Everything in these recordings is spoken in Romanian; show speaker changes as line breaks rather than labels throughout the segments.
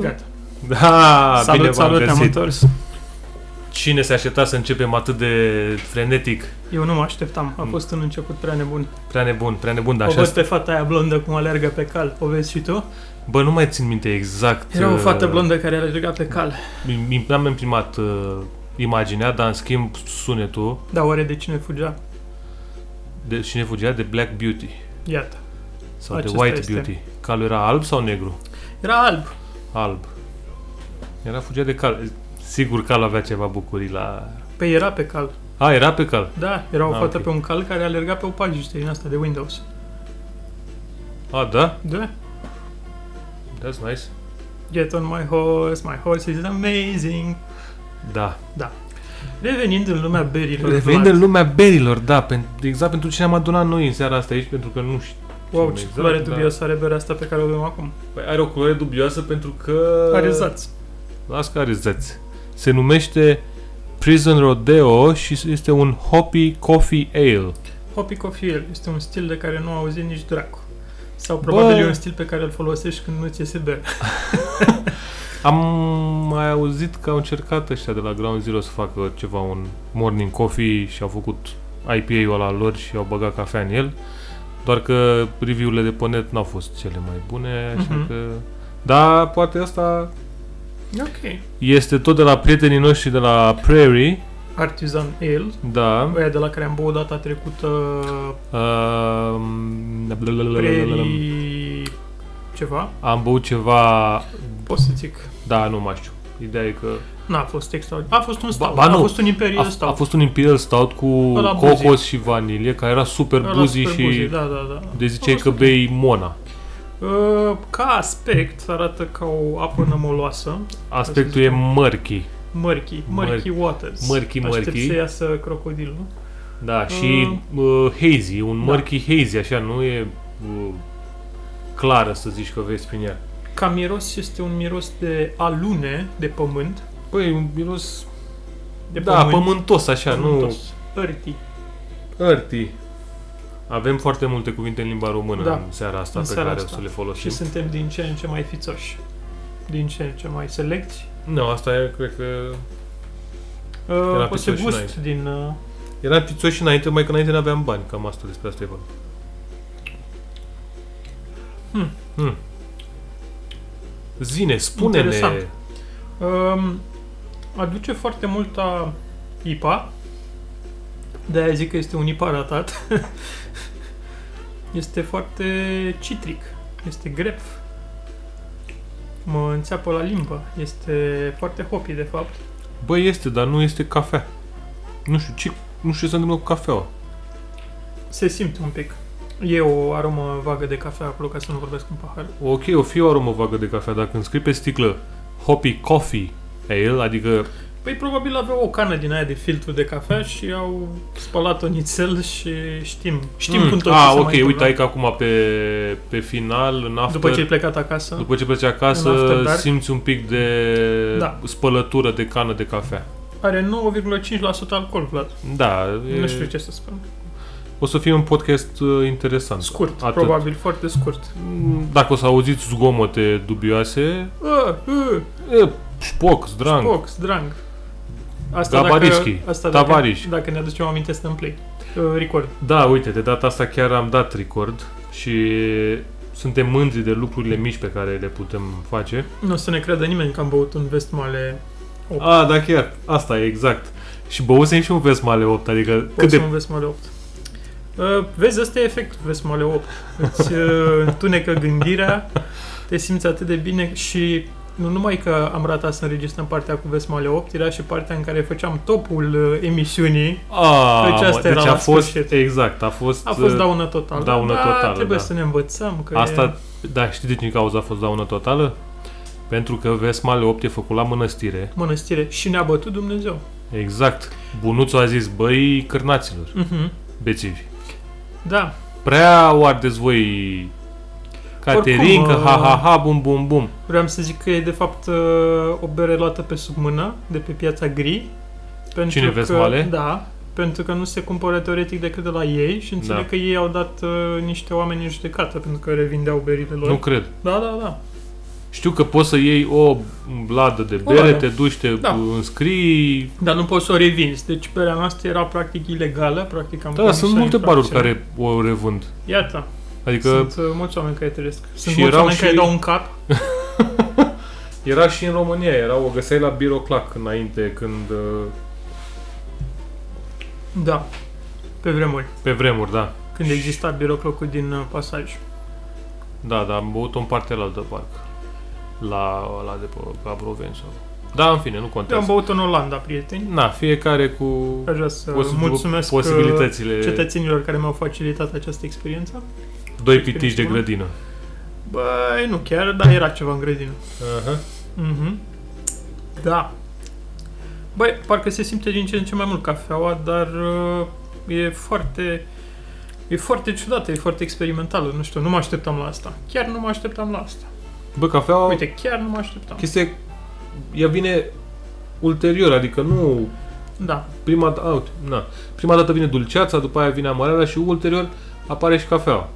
Gata.
Da,
Salut,
bine
salut,
v-am
ne-am
găsit.
întors.
Cine se aștepta să începem atât de frenetic? Mm.
Eu nu mă așteptam, a fost un început prea nebun.
Prea nebun, prea nebun, dar
o
așa...
văd pe fata aia blondă cum alergă pe cal, o vezi și tu?
Bă, nu mai țin minte exact...
Era o
uh,
fată blondă care alerga pe cal.
mi- mi- N-am imprimat uh, imaginea, dar în schimb sunetul
Da, oare de cine fugea?
de cine fugea de Black Beauty
Iată.
sau
Acesta
de White
este.
Beauty. Calul era alb sau negru?
Era alb.
Alb. Era fugea de cal. Sigur calul avea ceva bucurii la...
Pe Păi era pe cal.
A, era pe cal.
Da, era o
Ah,
fată
ok.
pe un cal care alerga pe o pagiște din asta de Windows.
A, da?
Da?
That's nice.
Get on my horse, my horse is amazing.
Da.
Revenind în lumea berilor,
Revenind
Vlad.
în lumea berilor, da, pen- exact pentru cine am adunat noi în seara asta aici, pentru că nu știu.
Wow, ce
Exact,
culoare
da.
dubioasă are berea asta pe care o avem acum.
Păi are o culoare dubioasă pentru că...
Are zaț.
Las că are zăți. Se numește Prison Rodeo și este un Hopi Coffee Ale.
Hopi Cofiel este un stil de care nu auzi nici dracu. Sau probabil
Bă.
e un stil pe care îl folosești când nu ți iese bere.
Am mai auzit că au încercat ăștia de la Ground Zero să facă ceva, un morning coffee și au făcut IPA-ul ăla lor și au băgat cafea în el. Doar că review-urile de pe net n-au fost cele mai bune, așa
Mhm.
că... Da, poate asta
Ok.
Este tot de la prietenii noștri de la Prairie,
Artisan Ale,
da.
aia de la care am băut data trecută
Um,
Prairie... ceva,
Am băut ceva,
pot să zic.
da, nu mai știu. Ideea e că
N-a fost extraordinar. A fost un stout,
ba
a
nu.
fost un imperial
a,
stout.
a fost un Imperial Stout cu
Ăla buzi.
cocos și vanilie, care era super
Ăla
buzi
super
și
buzii, da, da, da.
de
A
ziceai
fost
că
ok.
bei Mona.
Uh, Ca aspect arată ca o apă nămoloasă,
Aspectul e
zicem.
mărchii.
murky, murky waters.
murky,
Aștept
murky.
să iasă crocodilul.
Da, și
Mm.
uh, hazy,
Da.
un mărchii hazy, așa, nu e uh, clară să zici că vezi prin ea.
Ca miros este un miros de alune, de pământ.
Păi, un miros,
De
da, pământos, așa, nu...
pământos, Earthy.
Arti. Avem foarte multe cuvinte în limba română
Da,
da. în seara asta
în
în pe
seara
care
asta.
o să le
Și
folosim.
suntem din ce în ce mai fițoși. Din ce în ce mai selecti.
Nu, asta e, cred că...
Uh, o să
fițoși
gust
înainte.
din... Uh,
Eram pițoși și înainte, mai că înainte nu aveam bani, cam asta despre asta e vorba.
Hmm.
Hmm. Zine, spune-ne...
Interesant. um, aduce foarte mult a IPA. De-aia zic că este un IPA ratat. este foarte citric. Este grep. Mă înțeapă la limbă. Este foarte hopi, de fapt.
Bă, este, dar nu este cafea. Nu știu ce, nu știu ce se întâmplă cu cafeaua.
Se simte un pic. E o aromă vagă de cafea acolo, ca să nu vorbesc în pahar.
Ok, o fi o aromă vagă de cafea, dacă îmi scrii pe sticlă Hoppy Coffee Ale, adică
Păi probabil aveau o cană din aia de filtru de cafea și au spălat-o nițel și știm. Știm
Mm,
cum tot
A,
ce se
ok,
mai
uite,
întâmplă.
ai că acum pe, pe final, în after,
După ce ai plecat acasă,
după ce pleci acasă,
în after dark.
simți un pic de
Da.
spălătură de cană de cafea.
are 9,5% alcool, Vlad.
Da, e,
Nu știu ce să spun.
o să fie un podcast uh, interesant.
Scurt,
Atât.
probabil, foarte scurt.
Mm, Dacă o să auziți zgomote dubioase,
A, ă,
e, șpoc, zdrang.
Spox, drang. Asta
Gabarischi,
dacă, asta dacă,
Tavariș.
dacă ne aducem aminte, stăm play. Uh, record.
Da, uite, de data asta chiar am dat record și suntem mândri de lucrurile mici pe care le putem face.
Nu o să ne creadă nimeni că am băut un vestmale
A, da, chiar. Asta e, exact. Și băusem și un Vesmale 8, adică
Cât
cât
de...
de...
un Vesmale 8. Uh, vezi, ăsta e efectul Vesmale 8. Îți uh, întunecă gândirea, te simți atât de bine și nu numai că am ratat să înregistrăm partea cu Vesmale 8, era și partea în care făceam topul uh, emisiunii.
A,
Deci asta
mă,
era
deci
la
a fost,
sfârșit.
exact, a fost,
A fost
uh,
daună totală.
daună
da,
totală,
trebuie
da.
să ne învățăm că e...
asta, da, știi de ce cauza a fost daună totală? Pentru că Vesmale 8 e făcut la mănăstire,
mănăstire și ne-a bătut Dumnezeu.
exact. Bunuțul a zis, băi, cârnaților,
Uh-huh.
bețivi,
Da,
prea o ardeți voi Caterinca,
Oricum,
ha, ha, ha, bum, bum, bum.
vreau să zic că e de fapt uh, o bere luată pe sub mână, de pe piața gri. Pentru
Cine
că,
Vesmale?
Da, pentru că nu se cumpără teoretic decât de la ei și înțeleg
Da.
că ei au dat uh, niște oameni în judecată pentru că revindeau berile lor.
Nu cred.
Da, da, da.
Știu că poți să iei o ladă de bere,
ladă.
te duci, te
Da.
înscrii.
Dar nu poți să o revinzi. Deci berea noastră era practic ilegală, practic am
Da,
comis
sunt
o
multe baruri
infracțiune.
care o revând.
Iată,
Adică
că... sunt uh, mulți oameni care trăiesc. Sunt
Și
mulți
erau
oameni care
și-
dau un cap.
Era și în România, era, o găseai la Biroclac înainte, când... uh,
Da, pe vremuri.
Pe vremuri, da.
Când exista biroclocul din uh, pasaj.
Da, dar am băut-o în partea la altă parcă. La, la de pe Abroven sau... Da, în fine, nu
Eu am
contează.
băut în Olanda, prieteni.
Na, fiecare cu
Aș vrea să
posi-
mulțumesc uh,
posibilitățile.
cetățenilor care mi-au facilitat această experiență.
Doi pitici de
bună.
grădină.
Băi, nu chiar, dar era ceva în grădină.
Aha.
Mhm. Da. Băi, parcă se simte din ce în ce mai mult cafeaua, dar uh, e foarte... E foarte ciudată, e foarte experimentală, nu știu, nu mă așteptam la asta. Chiar nu mă așteptam la asta.
Bă, cafeaua...
Uite, chiar nu mă așteptam.
chestie... Ea vine ulterior, adică nu
Da,
prima, da- au, na. prima dată vine dulceața, după aia vine amareala și ulterior apare și cafeaua.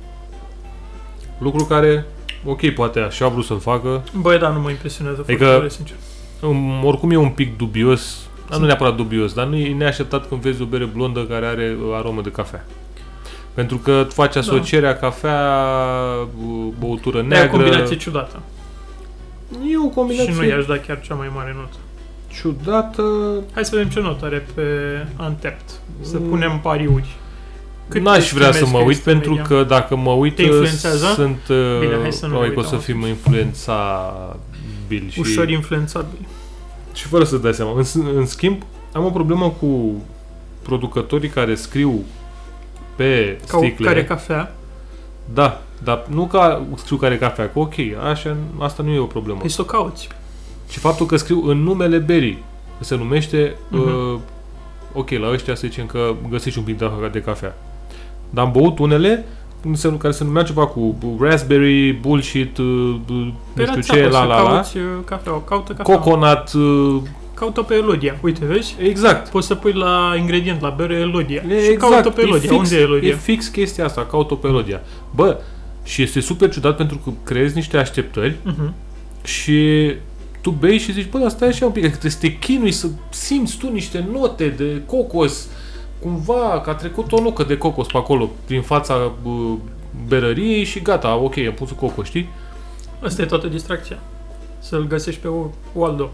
Lucru care, ok, poate așa a vrut să-l facă.
băi, da, nu mă impresionează
Adică-
foarte tare, sincer.
Um, oricum e un pic dubios, dar nu neapărat dubios, dar nu e neașteptat când vezi o bere blondă care are uh, aromă de cafea. Pentru că tu faci asocierea cafea, uh, băutură
Neagră... Da. E o
neagră.
combinație ciudată.
E o combinație
Și nu i-aș da chiar cea mai mare notă.
ciudată.
Hai să vedem ce notă are pe Antept. Să
Mm.
punem pariuri.
N-aș vrea să
estimezi
mă
că
uit
este
pentru
media?
că dacă mă uit
Te influențează?
sunt uh,
Bine, hai să nu
probabil
ne
că o să
uităm
fim influențabil și,
Ușor influențabil.
și fără să dai seama. În, s- în schimb, am o problemă cu producătorii care scriu pe
Ca o
sticle.
care cafea.
Da, dar nu ca scriu care cafea, că ok, așa, asta nu e o problemă.
Păi să o cauți.
Și faptul că scriu în numele berii, că se numește,
Mhm.
uh, ok, la ăștia să zicem că găsești un pic de, de cafea. Dar am băut unele cum se- care se numea ceva cu raspberry, bullshit, uh,
Pe
nu
la
știu
țeapă
ce, la
să
la la,
cauți uh, cafeaua. Caută cafeaua.
coconut, uh,
Caută pe Elodia. Uite, vezi?
exact.
Poți să pui la ingredient, la bere Elodia.
E
și caută pe
Exact, e
Elodia.
fix,
Unde e Elodia?
E fix chestia asta, caut-o pe Elodia. Bă, și este super ciudat pentru că creezi niște așteptări
Mhm.
Și tu bei și zici, bă, dar stai așa un pic, adică trebuie să te chinui să simți tu niște note de cocos, cumva că a trecut o nucă de cocos pe acolo, prin fața bă, berăriei și gata, ok, am pus cocos, știi?
Asta e toată distracția. Să-l găsești pe O- Waldo.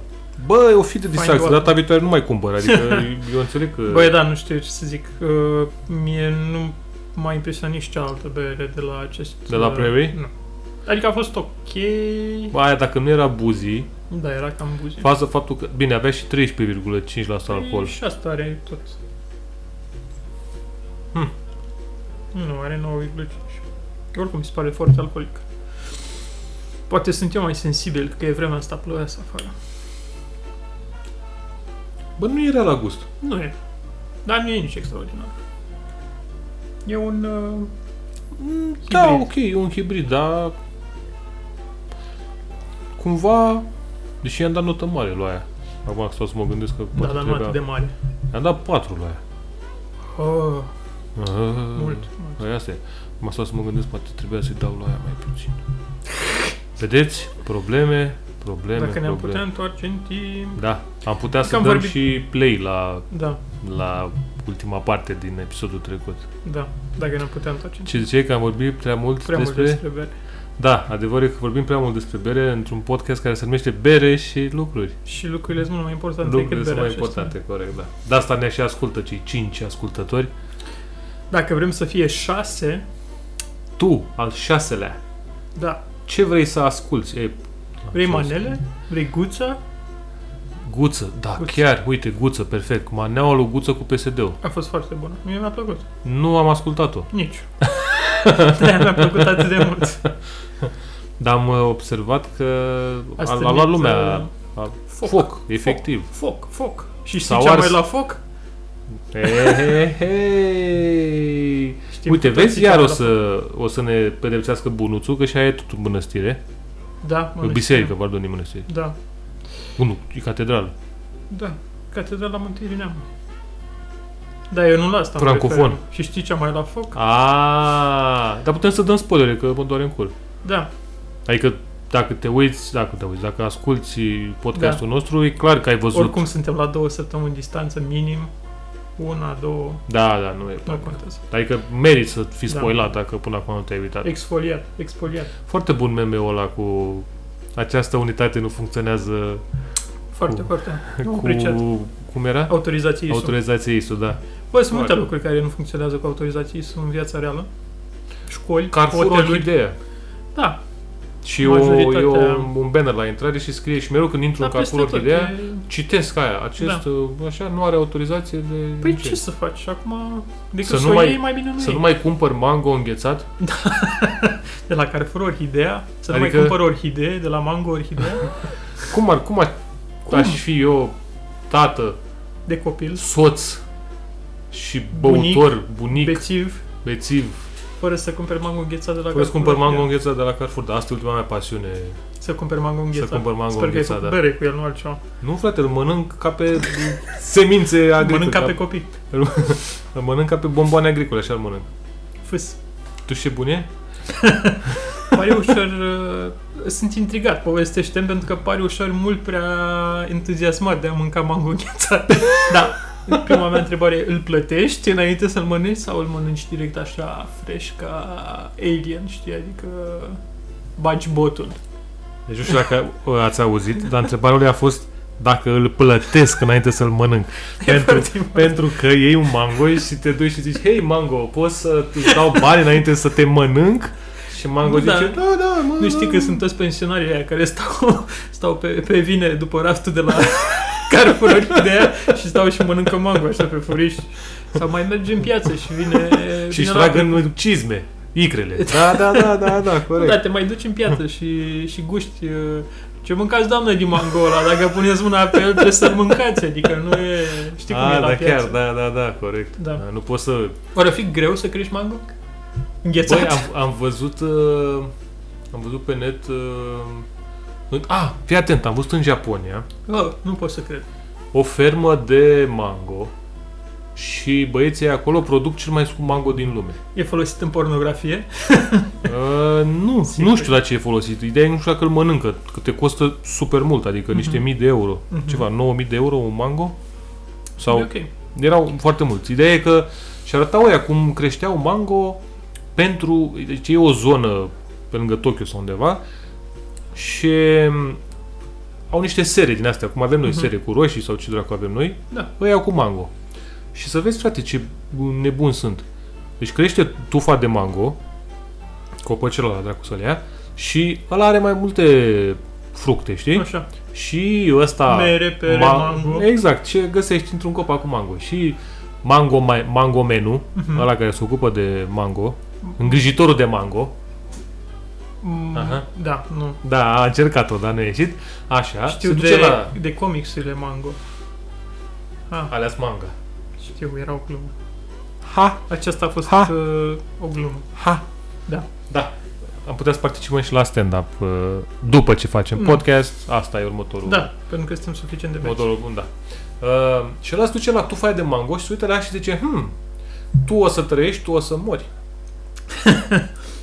Bă, o fi de distracție,
oameni.
data viitoare nu mai cumpăr, adică eu înțeleg că...
Băi, da, nu știu ce să zic. Uh, Mie nu m-a impresionat nici cealaltă bere de la acest...
De la
uh,
Prairie?
Nu. Adică a fost ok,
Bă, aia dacă nu era buzi,
da, era cam buzi.
față faptul că, bine, avea și 13,5% alcool.
Păi, Și asta are tot.
Hmm.
Nu, are 9,5. Oricum mi se pare foarte alcoolic. Poate sunt eu mai sensibil, că e vremea asta ploioasă afară.
Bă, nu era la gust.
Nu e. Dar nu e nici extraordinar. E un... Uh,
Mm, Da,
Hibrid.
ok, e un hibrid, dar cumva, deși i-am dat notă mare lui aia. Acum stau să mă gândesc că
da,
poate
dar nu
trebuia-
atât de mare.
I-am dat 4 la aia.
Oh,
Ah,
mult, mult.
Păi asta e. Acum stau să mă gândesc, poate trebuia să-i dau la aia mai puțin. Vedeți? Probleme, probleme,
Dacă
probleme.
ne-am putea întoarce în timp...
Da, am putea să
am
dăm
vorbit-
și play la,
Da,
la ultima parte din episodul trecut.
da, dacă ne-am putea întoarce în timp.
Ce ziceai că am vorbit prea mult
Prea mult
despre...
despre bere.
Da, adevărul e că vorbim prea mult despre bere într-un podcast care se numește Bere și lucruri.
Și lucrurile sunt mult mai importante
Lucrurile
decât
sunt mai
berea și asta.
importante, corect, da. De asta ne și ascultă cei 5 ascultători.
Dacă vrem să fie șase,
Tu, al șaselea,
da,
ce vrei să asculți? E,
vrei
ce
manele, vrei guța,
Guță, da,
Guță.
chiar, uite, Guță, perfect. Maneaua lui Guță cu PSD-ul.
a fost foarte bună. Mie mi-a plăcut.
Nu am ascultat-o,
Nici. de mi-a plăcut atât de mult.
dar am uh, observat că a, a
stârnit,
luat lumea
uh,
a,
Foc.
foc, efectiv.
Foc, foc. Și știi
S-au
ce am
ars.
mai la foc?
Hei,
Știm
Uite,
cu toții
vezi,
ce
iar
am
o
la foc.
să, o să ne pedepsească bunuțul, că și aia e tot în mănăstire.
Da, mă
În
nu
biserică,
știu.
pardon, din mănăstire.
Da,
Bun, nu, e catedrală.
da. Catedrala Mântuirii Neamului. Da, eu nu la asta mă
Francofon.
referam. Și știi ce am mai la foc?
A, dar putem să dăm spoilere, că mă doare în cur.
Da,
Adică dacă te uiți, dacă te uiți, dacă asculti podcastul da. nostru, e clar că ai văzut.
oricum suntem la două săptămâni distanță minim. Una, două,
Da, da, nu e.
nu contează.
Adică meriți să fii
Da.
spoilat dacă până acum nu te-ai uitat.
Exfoliat, exfoliat.
Foarte bun meme-ul ăla cu această unitate nu funcționează
Foarte,
Cu-
foarte. Nu cu...
cu...
pricep.
Cum era?
Autorizații ISO.
Autorizația ISO, da.
Bă, sunt multe
Foarte.
lucruri care nu funcționează cu autorizații ISO în viața reală. Școli,
Carrefour o
hoteluri.
idee.
Da,
Și eu,
Majoritatea-
eu un banner la intrare și scrie și mereu când intru
dar
în
da, peste
Carrefour
tot.
Orchidea,
e-
citesc aia. Acest, da. așa, nu are autorizație de...
Păi
nici.
ce să faci? Acum, decât
Să
să,
nu
o
mai-
iei, mai bine nu
Să nu
iei.
mai cumpăr mango înghețat?
De la Carrefour Orhidea, să nu
Adică-
mai cumpăr orhidee, de la Mango Orhidea,
Cum ar, cum, ar,
Cum?
aș fi eu tată,
de copil,
soț și
Bunic,
băutor, bunic,
bețiv,
bețiv,
fără să cumperi mango înghețat de la
fără să cumpăr
Carrefour
mango
Orhidea.
înghețat de la Carrefour, dar asta e ultima mea pasiune.
Să cumperi mango înghețat.
cumpăr mango
Sper că ai
înghețat,
făcut
da.
bere cu el, nu altceva.
Nu, frate, îl mănânc ca pe semințe agricole.
Mănânc ca pe
ca-
copii.
Îl mănânc ca pe bomboane agricole, așa îl mănânc.
Fâs.
Tu ce bun e?
Pare ușor... uh, sunt intrigat, povestește pentru că pare ușor mult prea entuziasmat de a mânca mango înghețat. da. Prima mea întrebare, îl plătești înainte să-l mănânci sau îl mănânci direct așa, fresh, ca alien, știi? Adică bagi botul.
Deci nu știu dacă uh, ați auzit, dar întrebarea lui a fost dacă îl plătesc înainte să-l mănânc. Pentru,
foarte important.
pentru că iei un mango și te duci și zici, hei mango, poți să îți dau bani înainte să te mănânc? Și mango
Da.
zice, da, da, mă,
Nu știi că sunt toți pensionarii aia care stau, stau pe, pe vinere după raftul de la Carrefour de aia și stau și mănâncă mango așa pe furiș. Sau mai merge în piață și vine...
Și
vine
își
la-
trag în cizme, icrele. Da, da, da, da, da, corect.
Da, te mai duci în piață și, și guști. uh, Ce mâncați, doamnă, din mango ăla? Dacă puneți mâna pe el, trebuie să-l mâncați. Adică nu e... Știi cum
A,
e la
da,
piață.
chiar, da, da, da, corect.
Da.
Nu poți să...
Oare fi greu să crești mango? Înghețat?
Băi, am, am văzut... uh, Am văzut pe net... uh, în- Ah, fii atent, am văzut în Japonia
Oh, nu pot să cred.
o fermă de mango și băieții acolo produc cel mai scump mango din lume.
E folosit în pornografie?
Uh, nu,
Sigur.
nu știu la ce e folosit. Ideea e nu știu dacă îl mănâncă, că te costă super mult, adică niște mii de euro.
Mhm.
Ceva, 9000 de euro un mango? Sau
E ok.
erau foarte mulți. Ideea e că și arătau ea cum creșteau mango pentru, deci e o zonă pe lângă Tokyo sau undeva și mm, au niște sere din astea, cum avem noi
Mhm.
sere cu roșii sau ce dracu avem noi,
Da.
îi iau cu mango. Și să vezi, frate, ce nebun sunt. Deci crește tufa de mango, copăcel ăla, dracu să-l ia, și ăla are mai multe fructe, știi?
Așa.
Și ăsta...
Mere, pere, mango.
Exact, ce găsești într-un copac cu mango. Și mango, mai, mango menu,
Mhm.
ăla care se ocupă de mango, îngrijitorul de mango,
Mm,
Aha.
Da, nu.
da, a încercat-o, dar nu a ieșit, așa,
Știu
Da? se duce
de,
la...
de comicsurile mango. Ah,
Aleas manga.
știu, era o glumă.
Ha,
Aceasta a fost
Ha.
uh, o glumă.
ha.
Da.
Da. Am putea să participăm și la stand-up uh, după ce facem
Mm.
podcast. Asta e următorul.
Da, pentru că suntem suficient de vechi.
Următorul bun, da. Uh, și ăla se duce la tufa aia de mango și se uită la ea și zice, hm, tu o să trăiești, tu o să mori.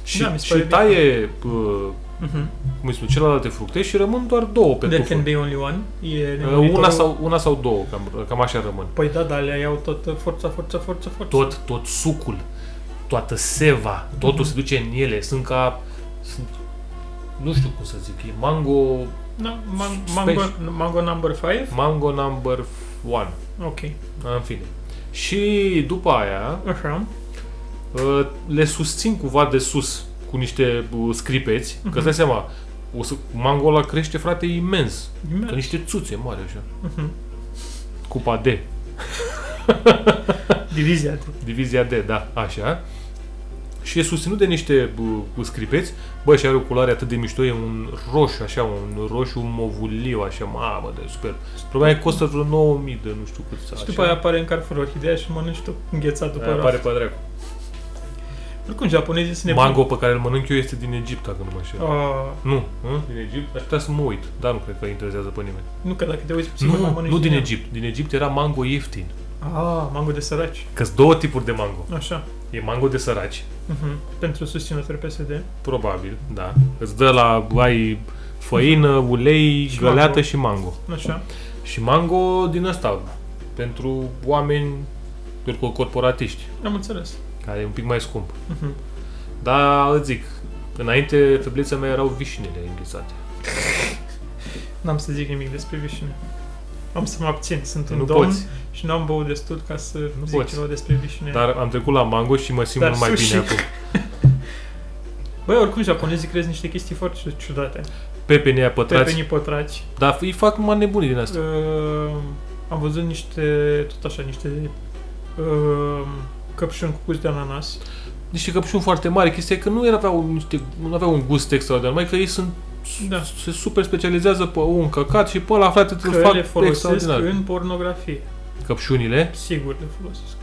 și,
Da, mi se
și
pare bine.
taie, uh,
Mhm.
cum îi spun, celelalte fructe și rămân doar două pe
There
tufă.
can be only one. E
Uh, una,
nemuritorul.
sau, una sau două, cam, cam așa rămân.
Păi da, dar le iau tot uh, forța, forța, forța, forța.
Tot, tot sucul, toată seva, totul se duce în ele. Sunt ca, sunt, nu știu cum să zic, e mango,
Da, man- mango, mango number 5?
mango number one.
Ok.
În fine. Și după aia,
Așa.
Uh, le susțin cumva de sus cu niște uh, scripeți, că
Mhm.
îți dai seama, o să, mangola crește, frate, imens. Ca niște țuțe mari, așa.
Mhm.
Cupa D,
Divizia.
divizia D, da, așa. Și e susținut de niște uh, scripeți. Bă, și are o culoare atât de mișto, e un roșu, așa, un roșu movuliu, așa, mamă, de super. Probabil costă vreo 9000 de nu știu cât.
Și după aia apare în Carrefour orhidea și mănânci tu înghețat după aia
apare pe dracu.
Oricum, japonezii sunt nebuni.
Mango pe care îl mănânc eu este din Egipt, dacă nu mă înșel.
Ah,
Nu, hă? din Egipt? Aș putea să mă uit, dar nu cred că interesează pe nimeni.
nu că dacă te uiți puțin mai
Nu,
mănânci
nu din
ea.
Egipt. Din Egipt era mango ieftin.
Ah, mango de săraci.
că sunt două tipuri de mango.
Așa.
E mango de săraci,
Uh-huh. Pentru susținători PSD.
probabil, da. Îți dă la, ai făină, ulei,
Și
găleată
mango.
și mango.
Așa.
Și mango din ăsta, pentru oameni pentru corporatiști,
Am înțeles.
care e un pic mai scump.
Uh-huh.
Da, îți zic, înainte feblița mea erau vișinile înghețate.
N-am să zic nimic despre vișine. Am să mă abțin. Sunt un
Nu
domn
poți.
și n-am băut destul ca să nu zic
poți.
ceva despre vișine.
Dar am trecut la mango și mă simt
Hm. Dar
mult mai
sushi.
bine acum.
Băi, oricum japonezii crezi niște chestii foarte ciudate.
Pepeni aia pătrați.
Pepenii pătraci.
Dar îi fac numai nebunii din asta.
Uh, am văzut niște, tot așa, niște uh, căpșuni cu gust de ananas.
Niște căpșuni foarte mari. Chestia e că nu aveau, niște, nu aveau un gust extraordinar. Mai că ei sunt
Da.
se super specializează pe un căcat și pe ăla, frate, îl
Că
fac
le folosesc
extraordinar.
în pornografie.
Căpșunile.
Sigur le folosesc.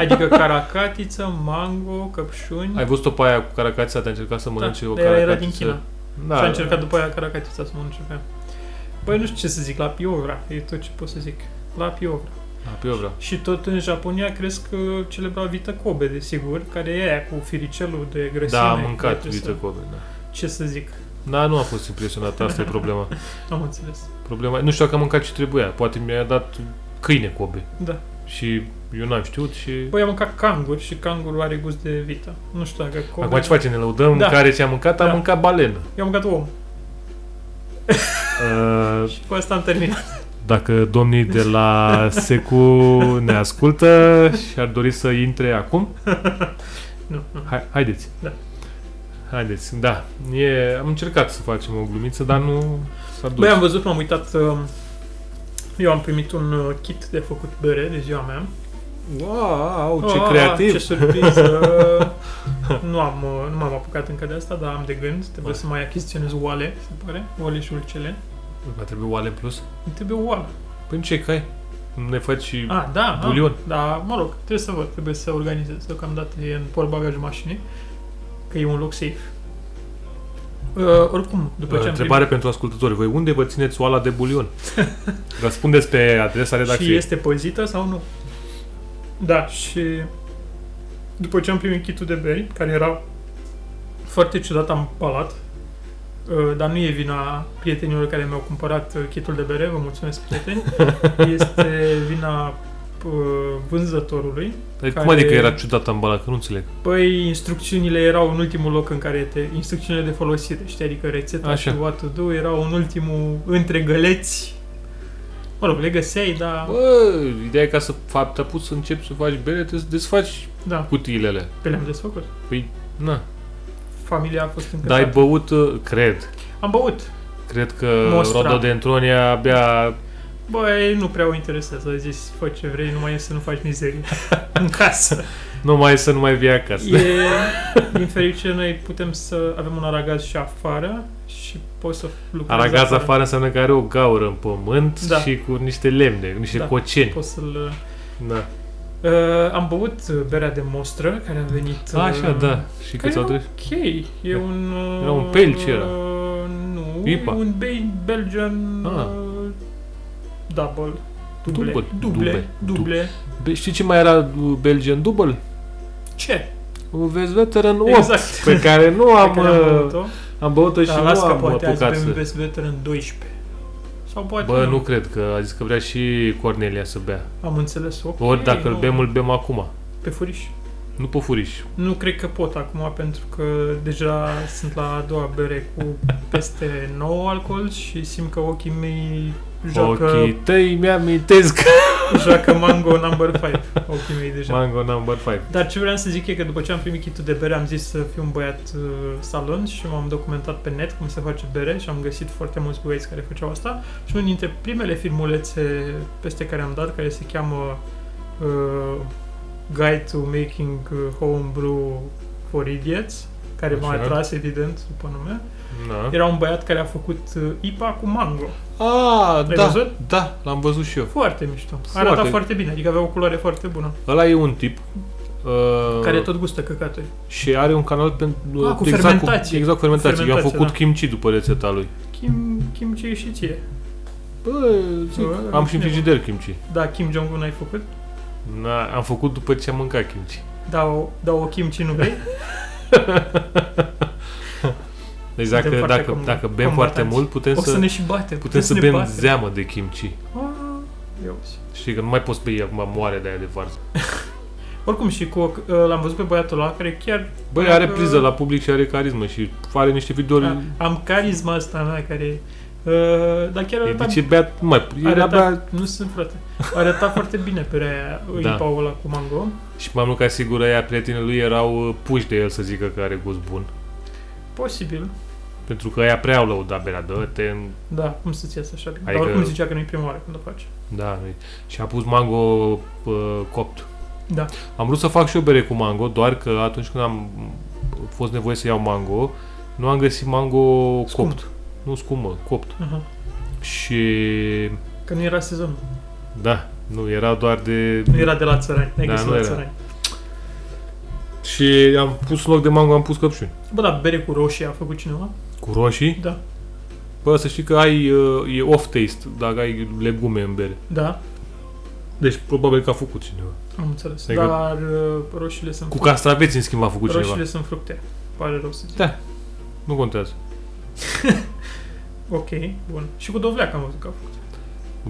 Adică caracatiță, mango, căpșuni.
Ai văzut-o pe aia cu caracatița, te-a încercat să
Da,
mănânce o
dar era, era
caracatiță.
din China.
Da,
și a
da.
încercat după aia caracatița să mănânce pe ea. Băi, nu știu ce să zic, la Piovra, e tot ce pot să zic. La Piovra.
Da, pe eu vreau.
Și tot în Japonia cresc uh, celebra vită Kobe, desigur, care e aia cu firicelul de grăsime.
Da, am mâncat
Trebuie să-
vită Kobe. Da.
Ce să zic,
da, nu am fost impresionat, asta e problema.
am înțeles.
problema. Nu știu dacă am mâncat ce trebuia, poate mi-a dat câine Kobe.
Da.
Și eu n-am știut și...
Băi, am mâncat cangur și cangurul are gust de vită. Nu știu dacă Kobe...
Acum ce facem? Ne lăudăm
Da.
care ce am mâncat? Am
Da.
mâncat balenă.
Eu am mâncat om.
Uh,
Și cu asta am terminat.
Dacă domnii de la Secu ne ascultă și ar dori să intre acum,
Nu, nu.
hai, haideți.
Da.
Haideți, da. E, am încercat să facem o glumiță, dar nu s-a dus.
Băi, am văzut, m-am uitat... um, Eu am primit un uh, kit de făcut bere de ziua mea.
Wow, ce
Ah,
creativ!
Ce surpriză! nu, am, uh, nu m-am apucat încă de asta, dar am de gând. Trebuie
Bă.
să mai achiziționez oale, se pare. Oale și ulcele.
Va trebui oale în plus?
Îmi trebuie oală.
Păi ce, cai? Nu ne faci și...
Ah, da,
Mm. Bulion.
Am, da, mă rog, trebuie să văd, trebuie să organizez. Deocamdată e în portbagajul mașinii, că e un loc safe. Uh, oricum, după
Uh,
ce am
întrebare pentru ascultători. Voi unde vă țineți oala de bulion? Răspundeți pe adresa
primit, și
redacției.
este păzită sau nu? Da, și după ce am primit kitul de beri, care era foarte ciudat ambalat, uh, dar nu e vina prietenilor care mi-au cumpărat uh, kitul de bere, vă mulțumesc, prieteni. Este vina uh, vânzătorului
Păi Cum
care-
adică era ciudat ambalat? Că nu înțeleg.
Păi, instrucțiunile erau în ultimul loc în care te... Instrucțiunile de folosire, știi? Adică rețeta
Așa.
Așa. și what to do erau în ultimul între găleți. Mă rog, le găseai, dar... Bă.
Bă, ideea e ca să fa- te apuci să începi să faci bere, trebuie să desfaci
Da,
cutiile alea.
pe le-am desfăcut.
Păi, na.
Familia a fost
Dar ai
încântată.
băut, uh, cred,
Am băut.
cred că
Mostra.
Rododentronia abia...
Băi, nu prea o interesează. A zis, fă ce vrei, numai e să nu faci mizerii în casă.
Nu mai să nu mai vii acasă.
E, din fericire, noi putem să avem un aragaz și afară și poți să lucrezi
Aragaz afară înseamnă că are o gaură în pământ
exact. Da.
și cu niște lemne, cu niște
Da.
coceni.
Poți să-l...
Da.
Uh, am băut uh, berea de mostră care a venit... uh,
Așa, da. Și
Care
cât
e
s-au
ok,
trecut?
e un... uh,
Era un pale ce era?
Nu,
IPA.
e un be- Belgian
Ah.
uh, double. Duble.
Double,
Duble.
duble,
Duble.
Be- Știi ce mai era uh, Belgian Double?
Ce?
Un Vest Veteran 8,
Exact.
pe care nu am,
Pe care am
am,
băut-o.
am băut-o și
Dar
nu
las că
am
poate azi
apucat
bem
să...
Best Veteran 12. Sau poate
Bă, nu cred că a zis că vrea și Cornelia să bea.
Am înțeles. ok,
Ori dacă îl
nu.
bem, îl bem acum.
Pe furiș.
Nu pe furiș.
Nu cred că pot acum pentru că deja sunt la a doua bere cu peste 9 alcool și simt că ochii mei joacă,
Ochii tăi mi-amintesc
joacă mango number 5. Ochii mei deja.
Mango number 5.
Dar ce vreau să zic e că după ce am primit kitul de bere am zis să fiu un băiat uh, salon și m-am documentat pe net cum se face bere și am găsit foarte mulți băieți care făceau asta și unul dintre primele filmulețe peste care am dat, care se cheamă uh, Guide to Making Homebrew for Idiots, care m-a
Așa.
atras evident după nume,
Da.
era un băiat care a făcut uh, IPA cu mango.
A,
L-ai
da,
văzut?
da, l-am văzut și eu.
Foarte mișto.
Foarte.
Arata foarte, foarte bine, adică avea o culoare foarte bună,
Ăla e un tip uh,
care tot gustă căcaturi.
și are un canal pentru
Ah, cu
exact,
fermentație. da.
Cu, exact, cu fermentație. Eu am
Fermentație,
făcut
da.
kimchi după rețeta lui.
Kim, Kim ce și ție.
Bă, zic,
Bă,
am și în
bine.
frigider kimchi.
Da, Kim Jong-un ai făcut?
Na, am făcut după ce am mâncat kimchi.
Da, o, da, o Kim nu vrei?
Deci dacă,
Suntem foarte
dacă,
com-
dacă bem foarte
combatanți.
mult, putem
O
să,
să ne și batem.
putem să
ne
bem
batem.
zeamă de kimchi.
Ah, eu și-
Știi că nu mai poți bei acum moare de aia de varză.
Oricum și cu, o- l-am văzut pe băiatul ăla care chiar
Băi,
Dacă-
are priză la public și are carismă și are niște videouri.
a, da, am carisma asta mea care uh, dar chiar
E,
arăta,
deci e beat, nu mai, e
arăta
abia,
nu sunt frate. Arăta foarte bine pe aia
Da.
da. ipa ăla cu mango.
și mai mult ca sigur aia prietenii lui erau uh, puși de el să zică că are gust bun.
Posibil.
Pentru că aia prea au lăudat berea, dă-te în
Da, cum să-ți iasă așa bine.
Adică-
Dar oricum zicea că nu-i prima oară când o faci.
Da, nu-i- și a pus mango uh, copt.
Da.
Am vrut să fac și o bere cu mango, doar că atunci când am fost nevoie să iau mango, nu am găsit mango
Scump.
copt. Nu scumă, copt.
Aha.
Și
Că nu era sezonul.
da, nu, era doar de...
Nu era de la țărani. Ne-ai
Da,
găsit
nu
la
era.
țărani.
Și am pus în loc de mango, am pus căpșuni.
Bă, dar bere cu roșii a făcut cineva?
Cu roșii?
Da.
Bă, să știi că ai, uh, e off taste dacă ai legume în bere.
Da,
Deci probabil că a făcut cineva.
am înțeles.
Adică-
Dar uh, roșiile sunt
Cu castraveți, în schimb, a făcut
roșiile
cineva.
sunt fructe. Pare rău să zic.
Da. Nu contează.
Ok, bun. Și cu dovleac am văzut că a făcut.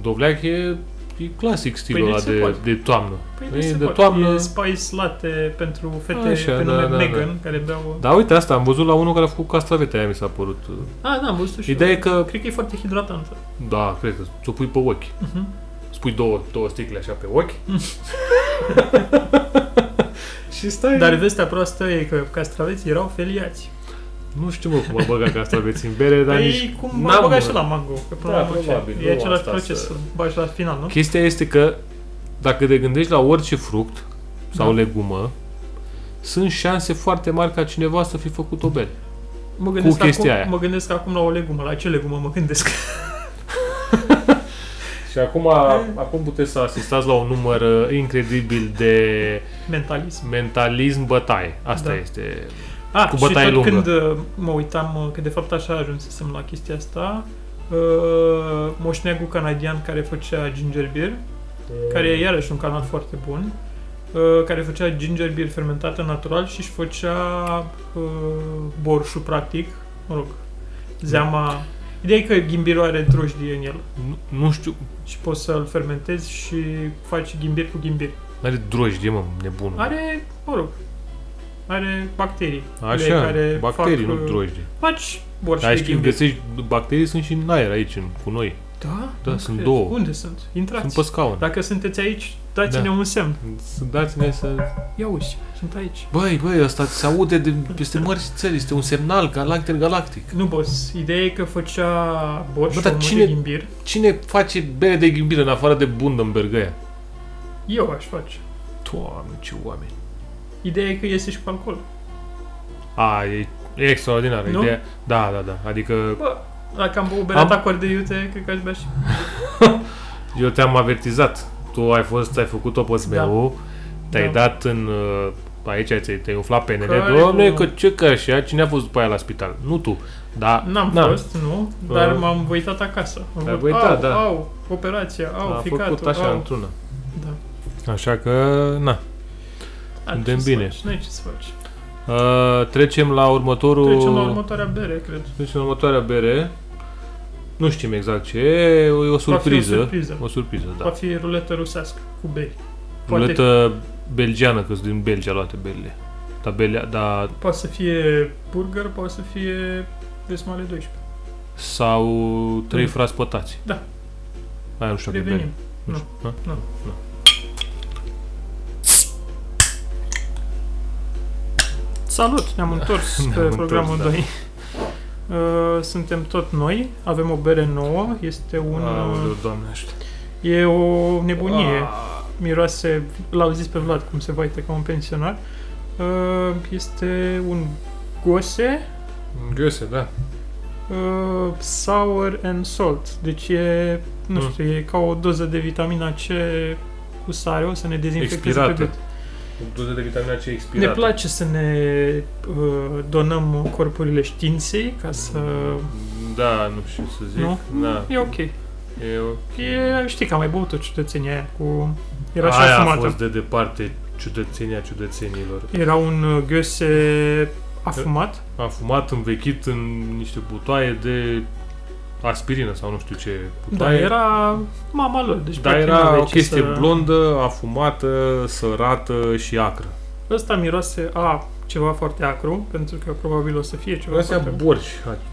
Dovleac e, e clasic stilul
Păi
ăla
deci se
de,
poate.
de toamnă.
Păi
e
nu se
de
poate.
toamnă.
E spice latte pentru fete
Așa,
Așa, pe
da,
nume
da, da.
Megan, care beau...
Da, uite asta, am văzut la unul care a făcut castravete, aia mi s-a părut.
Ah, da, am văzut și
Ideea e că,
Cred că e foarte hidratantă.
da, cred că ți-o pui pe ochi.
Uh-huh.
Spui două, două sticle așa pe ochi. și stai...
Dar vestea proastă e că castraveții erau feliați.
Nu știu, mă, cum a băgat castraveți în bere, dar nici...
păi cum
n-am,
m-a băgat
mă.
și la mango, că până
Da,
la urmă ce-
probabil,
e
nu
același
asta
proces
să-
să bagi la final, nu?
Chestia este că, dacă te gândești la orice fruct sau
Da.
legumă, sunt șanse foarte mari ca cineva să fi făcut o bere.
Mă gândesc, acum,
chestia aia.
mă gândesc acum la o legumă, la ce legumă mă gândesc?
Și acum, acum puteți să asistați la un număr uh, incredibil de
Mentalism.
mentalism bătaie. Asta
Da.
este.
Ah,
Cu bătaie
și tot
lungă.
când uh, mă uitam, uh, că de fapt așa ajunsesem la chestia asta, uh, moșneagul canadian care făcea ginger beer,
uh,
care e iarăși un canal foarte bun, uh, care făcea ginger beer fermentată natural și își făcea uh, borșul practic, mă rog, zeama... Ideea e că ghimbirul are drojdie în el
Nu, nu știu,
și poți să-l fermentezi și faci ghimbir cu ghimbir.
are drojdie, mă, nebun.
Are, mă rog, are bacterii.
Așa,
care
bacterii,
fac,
nu
uh,
drojdie.
Faci borș
Dar
de
știi,
ghimbir.
găsești bacterii sunt și în aer aici, în, cu noi.
Da?
Da,
Nu
sunt
cred.
două.
Unde sunt? Intrați.
Sunt pe scaun.
Dacă sunteți aici, dați-ne
Da.
un semn.
Să Dați-ne să...
Ia uși, sunt aici.
Băi, băi, ăsta se aude de peste mări și țări, este un semnal galactic galactic.
Nu, boss, ideea e că făcea borș
Bă, dar
formă
cine-
de ghimbir.
Cine face bere de ghimbir în afară de Bundenberg aia?
Eu aș face.
Doamne, ce oameni.
Ideea e că iese și cu alcool.
A, e, e extraordinară
Nu?
ideea. Da, da, da. Adică
Bă, dacă am băut bereata
Am-
am... cu ardei iute, cred că aș bea și...
Eu te-am avertizat. Tu ai fost, ai făcut-o pe zmeu, te-ai
Da.
dat în... uh, Aici ți-ai te-ai umflat pe nele.
Care
Doamne,
nu-
că ce că așa, cine a fost după aia la spital? Nu tu. Da,
N-am
na,
fost, nu, dar
Uh.
m-am voitat acasă. Am
Te-ai
văzut,
voitat,
au,
da.
au, operația, au,
a
ficatul,
făcut așa,
au.
într-una.
Da.
Așa că, na.
Ai ce
Dăm
să
bine.
faci, N-ai ce să faci.
Uh, trecem la următorul...
Trecem la următoarea bere, cred.
trecem la următoarea bere. Nu știm exact ce e, e o surpriză.
Va fi o surpriză.
O surpriză,
Va
da.
fi ruletă rusească cu beri. Poate
Ruletă belgeană, că din Belgia luate berile. Dar, belea, dar
Poate să fie burger, poate să fie Vesmale 12.
sau trei
Mm.
frați pătați.
Da.
Aia nu știu dacă e bere.
Revenim.
Nu.
Nu.
știu. Ha?
Nu.
Nu.
Salut! Ne-am întors
Da. Ne-am
pe
întors,
programul
da.
2. Uh, Suntem tot noi, avem o bere nouă, este un...
Aoleu, doamne ajută.
uh, e o nebunie.
Ah,
Miroase, l-au zis pe Vlad cum se vaită ca un pensionar. Uh, Este un gose,
Gheose, da.
Uh, sour and salt. Deci e, nu
Mm.
știu, e ca o doză de vitamina C cu sare, o să ne dezinfecteze pe
Expirată.
gât.
Doză de vitamina C
Ne
expirată.
place să ne uh, donăm corpurile științei ca să...
Da, nu știu să zic.
Nu?
Da.
E ok.
E o
E, știi că am mai băut o ciudățenie aia cu... Era și
Aia
afumată.
a fost de departe ciudățenia ciudățenilor.
Era un uh, gheose afumat.
Am fumat învechit în niște butoaie de aspirină sau nu știu ce
Da,
butoaie.
era mama lor. Deci
dar
practic
Da, era
n-aveai
o
ce
chestie
să-
blondă, afumată, sărată și acră.
Ăsta miroase a ceva foarte acru, pentru că probabil o să fie ceva
Ăsta
foarte...
borș,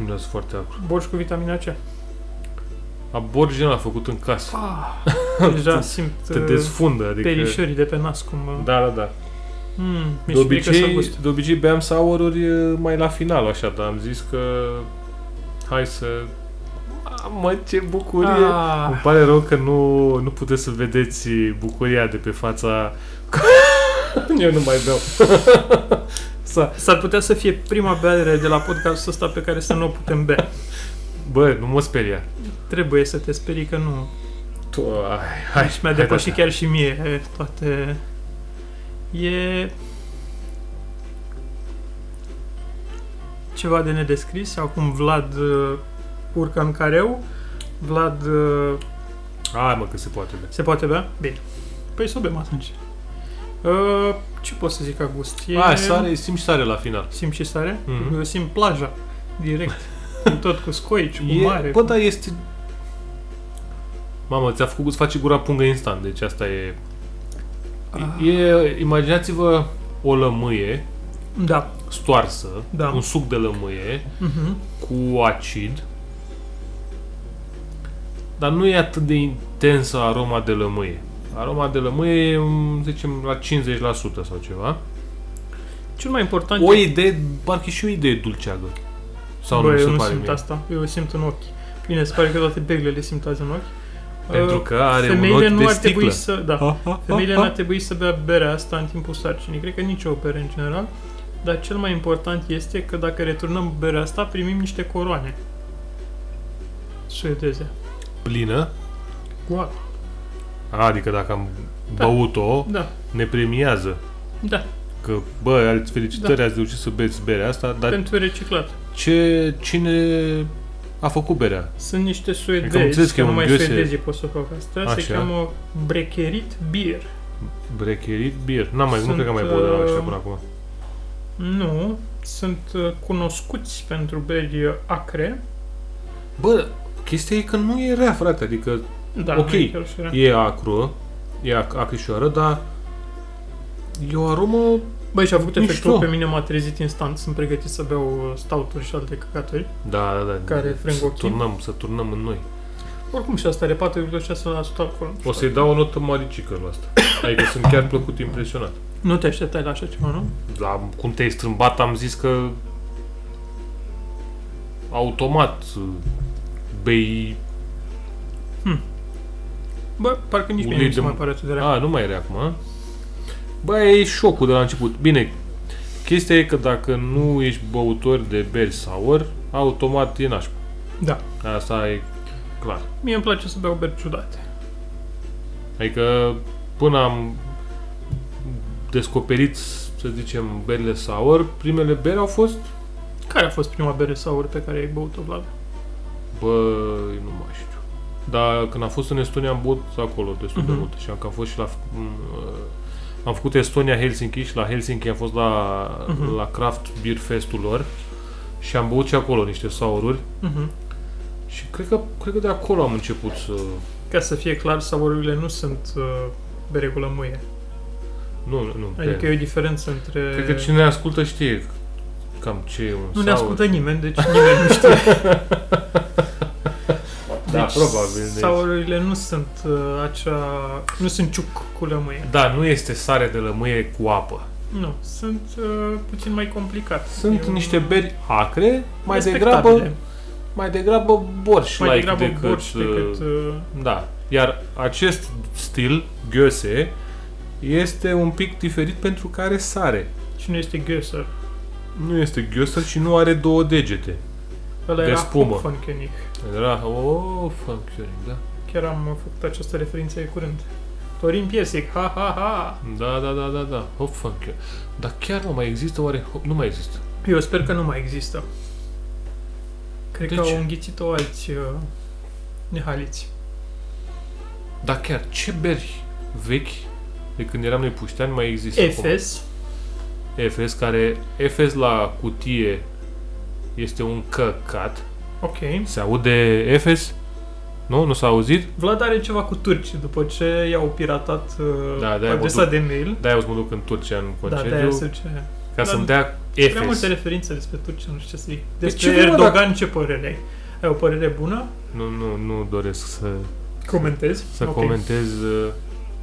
nu foarte acru.
Borș cu vitamina C.
A borș gen a făcut în casă.
Ah, deja simt
Te
uh,
desfundă, adică...
perișorii de pe nas cum... uh,
Da, da, da.
Mm,
De
mi se obicei...
obicei,
gust.
de obicei beam sour-uri uh, mai la final, așa, dar am zis că hai să... Mamă, ce bucurie! Îmi
Ah,
pare rău că nu, nu puteți să vedeți bucuria de pe fața... Eu nu mai beau. Sa-
S-ar putea să fie prima bere de la podcastul ăsta pe care să nu o putem bea.
Bă, nu mă speria.
Trebuie să te sperii că nu.
Tu, ai, hai,
Și mi-a
hai
depășit
de-asta.
chiar și mie e, toate... E... Ceva de nedescris. Acum Vlad uh, urcă în careu. Vlad uh,
Hai mă, că se poate bea.
se poate bea? Bine. Păi să o bem atunci. Uh, ce pot să zic ca gust? E...
E... A, sare, simți sare la final.
Simt și sare?
Mhm.
Eu Simt plaja. Direct. Cu tot cu scoici, cu mare.
E, bă,
cu-
dar este... Mamă, ți-a făcut, îți face gura pungă instant, deci asta e...
Ah.
e imaginați-vă o lămâie
Da.
stoarsă,
Da.
un suc de lămâie,
Mhm.
cu acid, dar nu e atât de intensă aroma de lămâie. Aroma de lămâie e, mm, zicem, la 50% sau ceva.
Cel mai important
O
e-
idee, parcă e și o idee dulceagă. Sau
Bă,
nu mi se
eu nu
pare
simt
mie.
asta, eu o simt în ochi. Bine, se pare că toate beglele le simt azi în ochi.
Pentru
Uh,
că are un
femeile
ochi
nu
de
ar
sticlă.
trebui să, da,
Ah,
femeile nu ar trebui să bea berea asta în timpul sarcinii. Cred că nici o bere în general. Dar cel mai important este că dacă returnăm berea asta, primim niște coroane. Suedeze.
Plină.
Wow.
A, Adică dacă am
Da.
băut-o,
Da,
ne premiază.
da,
Că, bă, alți felicitări,
Da.
ați reușit să beți berea asta, dar
pentru reciclat.
ce, cine a făcut berea?
Sunt niște
Adică am înțeles
suedezi,
că e un
că numai
ghiose-
suedezii pot să facă asta. Se
Așa.
cheamă brecherit beer.
Brecherit beer. N-am mai, nu
Sunt,
cred că am mai băut de la ăștia
uh,
până acum.
Nu, sunt uh, cunoscuți pentru beri uh, acre.
Bă, chestia e că nu e rea, frate, adică
Da,
Ok.
nu e chiar și rea.
e acru, e ac- acrișoară, dar e o aromă...
Băi, și-a făcut
Mișto.
efectul pe mine, m-a trezit instant. Sunt pregătit să beau uh, stout-uri și alte căcaturi.
Da, da, da.
Care frâng
să
ochii.
turnăm, să turnăm în noi.
Oricum și asta are 4,6% alcool.
O să-i dau o notă maricică la asta. Adică sunt chiar plăcut impresionat.
Nu te așteptai la așa ceva, nu?
La cum te-ai strâmbat, am zis că automat uh, bei...
Bă, parcă nici mie
Ulei
nu se
de-
mai pare atât de rea.
A, nu mai e rea acum, a? Bă, e șocul de la început. Bine, chestia e că dacă nu ești băutor de beri sour, automat e nașpa.
Da.
Asta e clar.
Mie îmi place să beau beri ciudate.
Adică până am descoperit, să zicem, berile sour, primele beri au fost,
Care a fost prima bere sour pe care ai băut-o, Vlad?
bă, nu mai știu. Dar când am fost în Estonia am băut acolo destul de
Mhm.
mult și am că am fost și la f- m, uh, am făcut Estonia-Helsinki și la Helsinki am fost la,
Mhm.
la Craft Beer Festul lor și am băut și acolo niște soururi
Mhm.
și cred că, cred că de acolo am început să...
Ca să fie clar, saborurile nu sunt uh, bere cu lămâie.
Nu, nu,
Adică
cred.
e o diferență între...
Cred că cine ne ascultă știe cam ce e un
Nu ne
sour.
ascultă nimeni, deci nimeni nu știe.
Da, probabil, deci.
Saururile nu sunt uh, acea... Nu sunt ciuc cu lămâie.
Da, nu este sare de lămâie cu apă.
Nu, sunt uh, puțin mai complicat.
Sunt
E un-
niște beri acre, mai
respectabile.
degrabă, mai degrabă borș
mai degrabă
decât,
borș decât...
uh,
Uh,
Da. Iar acest stil, gheose, este un pic diferit pentru că are sare.
și nu este Gösser.
Nu este gheosă și nu are două degete.
Ăla
De
era
spumă.
Hopfenkönig.
Era, oh, functioning, da.
Chiar am uh, făcut această referință de curând. Dorin Piesic, ha ha ha!
Da, da, da, da, da, hop, functioning. Dar chiar nu mai există, oare, hop, nu mai există.
Eu sper că nu mai există. Cred
De
că
ce?
au înghițit-o alți uh, nehaliți.
Dar chiar, ce beri vechi de când eram noi pușteani mai există acum?
Efes.
Efes, care Efes la cutie este un căcat.
Ok.
Se aude Efes? Nu? Nu s-a auzit?
Vlad are ceva cu turcii după ce i-au piratat uh,
Da, de-aia mă
adresa
duc.
de mail.
De-aia o să mă duc în Turcia în
Da, de-aia
concediu
se duce.
ca
da,
să-mi dea
Prea
Efes.
multe referințe despre Turcia, nu știu ce să zic.
ce
Despre
vrei, mă,
Erdogan, ce părere ai? Ai o părere bună?
Nu, nu, nu doresc să,
Comentezi?
să
Ok.
comentez uh,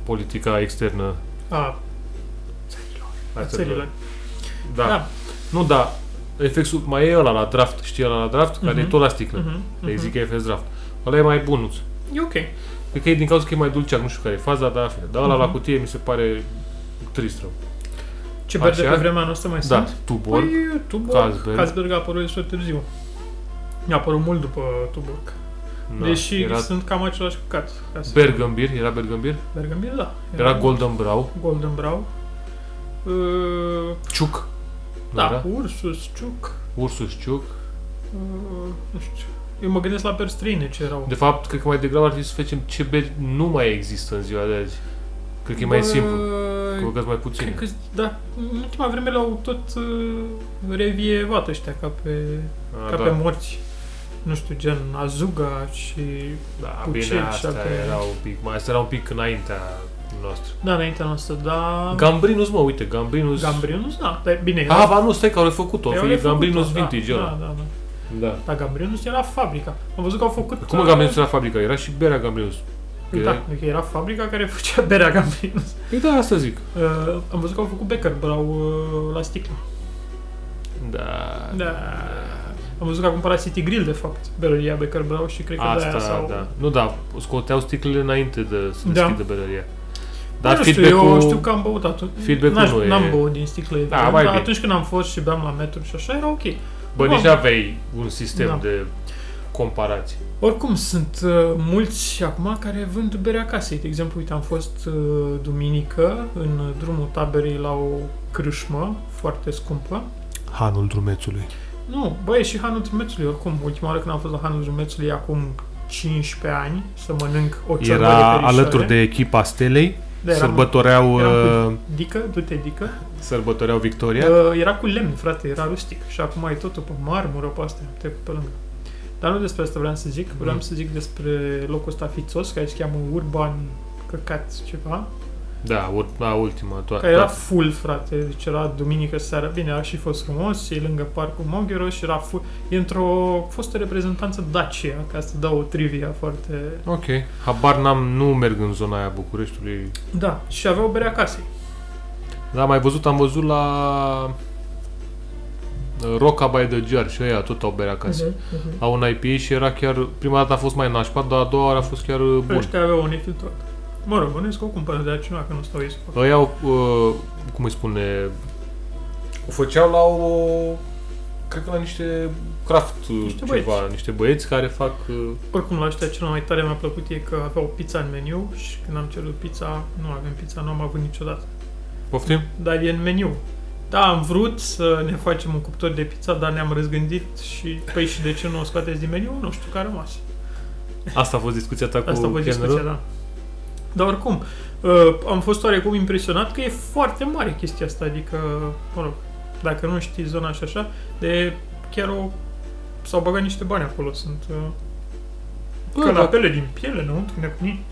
politica externă
A,
a
țările.
țărilor. Da. da. Nu, da. Efesul mai e ăla la draft, știi ăla la draft, care
Mhm.
e tot la sticlă.
Mhm,
Le
mhm.
zic Efes draft. Ăla e mai bun.
E ok.
Cred că e din cauza că e mai dulceac, nu știu care e faza, dar în fine. Dar ăla la
Mhm.
cutie mi se pare trist rău.
Ce beri de
Așa?
pe vremea noastră mai
Da,
sunt?
Tuborg,
Păi, Tuborg.
Carlsberg.
Carlsberg a apărut destul de târziu. Mi-a apărut mult după Tuborg.
na,
Deși
Da, era
sunt cam același căcat. ca să-
Bergambir, era Bergambir,
Bergambir, da.
era Golden Brow,
Golden Brown. Uh,
Ciuc, nu
da,
era?
Ursus, Ciuc.
Ursus Ciuc.
Uh, nu știu. Eu mă gândesc la beri străine ce erau.
De fapt, cred că mai degrabă ar trebui să facem ce beri nu mai există în ziua de azi. Cred că e mai
Bă,
simplu, că băgați mai puțin.
Cred că, da, în ultima vreme le-au tot uh, revievat ăștia ca pe,
A,
ca
da.
pe morți. Nu știu, gen Azuga și...
Da,
Pucel
bine,
și
astea
acolo.
erau un pic, mai, astea erau un pic înaintea noastră.
Da, înaintea noastră, da...
Gambrinus, mă, uite, Gambrinus...
Gambrinus, da, dar bine, era...
Ah, ba nu, stai că au refăcut-o,
era
fi
refăcut-o,
Gambrinus Vintage
da,
ăla.
da, da, da.
Da.
Dar Gambrinus era fabrica. Am văzut că au făcut... uh,
Cum mă, Gambrinus era fabrica? Era și berea Gambrinus.
Da, că era fabrica care făcea berea Gambrinus.
Păi da, asta zic.
Uh, am văzut că au făcut Becker Brau uh, la sticlă.
Da.
Da. Am văzut că a cumpărat City Grill, de fapt, berăria Becker Brau și cred că de-aia
Asta,
sau...
da. Nu, da, scoteau sticlele înainte de să
Da.
deschidă berăria.
Dar
Dar
nu știu, eu
feedback-ul...
știu că am băut atunci.
feedback-ul
N-aș-
nu e-
N-am băut din sticle,
Da,
evident,
mai
dar
bine.
atunci când am fost și beam la metru și așa, era ok.
Bă,
Nu am-
nici aveai un sistem
Da.
de comparații.
Oricum, sunt uh, mulți acum care vând bere acasă. De exemplu, uite, am fost uh, duminică în uh, drumul taberei la o crâșmă foarte scumpă.
Hanul drumețului.
Nu, bă, e și Hanul Drumețului, oricum. Ultima oară când am fost la Hanul Drumețului, e acum 15 ani, să mănânc o ciorbă de
Era
perișoare.
alături de echipa Stelei,
Da, eram-
sărbătoreau,
eram
uh,
Dică, du-te, Dică.
sărbătoreau victoria.
Uh, era cu lemn, frate, era rustic. Și acum e totul pe marmură, pe astea, am trecut pe lângă. Dar nu despre asta vreau să zic. Vreau
Mm.
să zic despre locul ăsta fițos, care se cheamă Urban Căcat ceva.
Da, ur- la ultima toată.
Care era full, frate. Deci era duminică seara. Bine, a și fost frumos. E lângă parcul Moghero și era full. E într-o fostă reprezentanță Dacia, ca să dau o trivia foarte...
Ok. Habar n-am, nu merg în zona aia Bucureștiului.
Da, și aveau bere acasă.
Dar am mai văzut, am văzut la uh, Roca by the Jar și ăia tot au bere acasă.
Mhm, mhm.
Au un IPA și era chiar, prima dată a fost mai nașpa, dar a doua oară a fost chiar uh, bun.
Ăștia aveau un nefiltrat. Mă rog, bănuiesc că o cumpără de altcineva, că nu stau ei să facă.
Ăia, au, uh, cum îi spune, o făceau la o, cred că la niște craft niște
Niște
ceva, băieți.
băieți.
niște băieți care fac, uh,
Oricum, la ăștia cel mai tare mi-a plăcut e că aveau pizza în meniu și când am cerut pizza, nu avem pizza, nu am avut niciodată.
poftim?
Dar e în meniu. Da, am vrut să ne facem un cuptor de pizza, dar ne-am răzgândit și, păi și de ce nu o scoateți din meniu? Nu știu, că a rămas.
Asta a fost discuția ta cu
Asta a fost
Kenner-ul?
discuția, da. Dar oricum, uh, am fost oarecum impresionat că e foarte mare chestia asta, adică, mă rog, dacă nu știi zona și așa, de chiar o... S-au băgat niște bani acolo, sunt... Uh,
Bă, dar
Canapele din piele înăuntru, nebunii.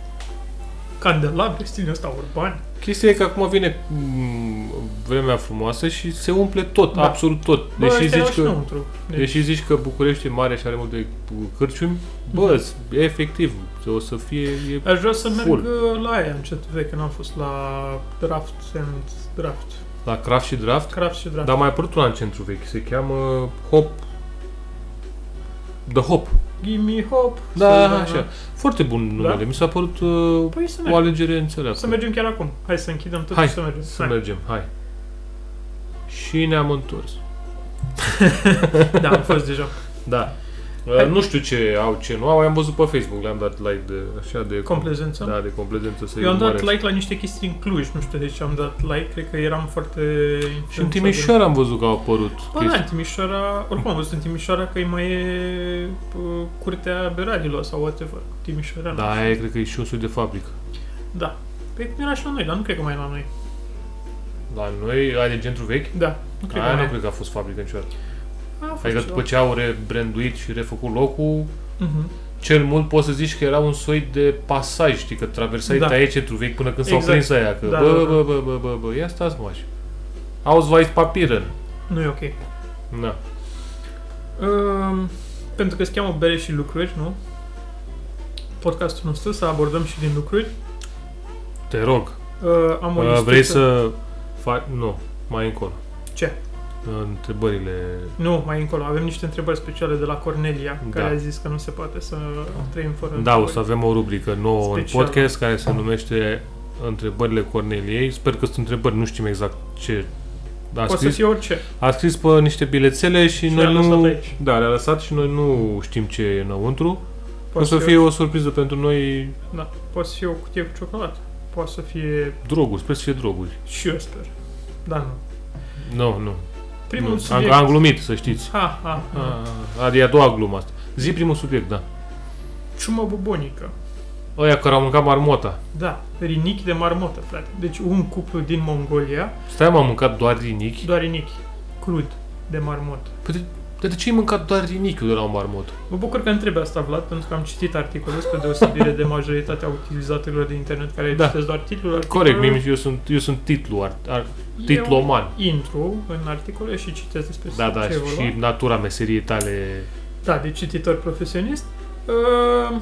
Candelabre, stil ăsta urban.
Chestia e că acum vine mm, vremea frumoasă și se umple tot,
Da.
absolut tot.
Bă,
Deși
ăștia erau
zici,
și
că,
Înăuntru. Deci,
deși zici că București e mare și are multe cârciumi, bă, s-
Mhm.
e efectiv, o să fie... E...
Aș vrea să merg
full.
uh, la aia încet vechi, n-am fost la draft and draft.
La craft și draft,
Craft și draft.
dar mai a apărut una în centru vechi, se cheamă Hop. The Hop.
Gimme hop.
Da,
să-
așa. Foarte bun numele. Mi s-a părut uh,
Păi Da. să
o
mergem.
alegere înțeleaptă.
Să mergem chiar acum. Hai să închidem tot
Hai,
și să mergem.
Să mergem, hai. Și ne-am întors.
Da, am fost deja.
Da.
Hai.
Nu știu ce au, ce nu au, am văzut pe Facebook, le-am dat like de, așa de...
Complezență?
Da, de complezență să
Eu am dat
urmăresc.
like la niște chestii în Cluj, nu știu de ce am dat like, cred că eram foarte...
Și în
influențat de-
Timișoara am văzut că au apărut
Ba da, în Timișoara, oricum am văzut în Timișoara că îi mai e pă, curtea Beradilor sau whatever, Timișoara.
Da, aia e, cred că e și un sud de fabrică.
da. Păi cum era și la noi, dar nu cred că mai e la noi.
La noi, aia de centru vechi?
Da, nu cred
aia
că
nu
mai
cred că a fost fabrică niciodată.
A, fost
Adică
ceva.
după ce au rebranduit și refăcut locul,
Mhm.
cel mult poți să zici că era un soi de pasaj, știi, că traversai da.
Da.
taie centru vechi până când s-au
Exact.
prins aia, că
Da,
bă,
da, da.
bă, bă, bă, bă, bă, ia stați mă așa. Ausweis Papieren.
Nu e ok.
Na.
Um, pentru că se cheamă bere și lucruri, nu? Podcastul nostru, să abordăm și din lucruri.
Te rog,
Uh, am o
uh,
listiță.
vrei să faci... Nu, mai încolo.
Ce?
Întrebările...
Nu, mai încolo. Avem niște întrebări speciale de la Cornelia,
Da.
care a zis că nu se poate să trăim fără
Da, o
întrebări.
să avem o rubrică nouă
Special.
în podcast care se numește Întrebările Corneliei. Sper că sunt întrebări, nu știm exact ce a
Poate să
scris.
fie orice.
A scris pe niște bilețele și,
Și
noi
le-a lăsat
nu...
aici.
Da, le-a lăsat și noi nu știm ce e înăuntru. O
Poate
să fie o surpriză pentru noi
Da, poate să fie o cutie cu ciocolată. Poate să fie...
droguri, sper să fie droguri.
Și eu sper. Da, nu.
Nu, nu.
Primul
nu.
subiect...
Am, am glumit, să știți.
Ha, ha, ha.
A, e a doua glumă asta. Zi primul subiect, da.
Ciumă bubonică.
Ăia care au mâncat marmota.
Da, rinichi de marmotă, frate. Deci un cuplu din Mongolia,
Stai, m-am mâncat doar rinichi.
doar rinichi. Crud de marmotă.
Păi de, de, de ce ai mâncat doar rinichiul de la un marmot?
Mă bucur că întrebi asta, Vlad, pentru că am citit articolul spre deosebire de majoritatea utilizatorilor de internet care
Da.
da. citesc doar titlul
Corect,
articolului.
mie, eu sunt, eu sunt titlu, ar, ar,
Eu
titloman.
Intru în articole și citesc despre
Da, da,
ce e vorba.
și natura meseriei tale.
Da, de cititor profesionist. Uh,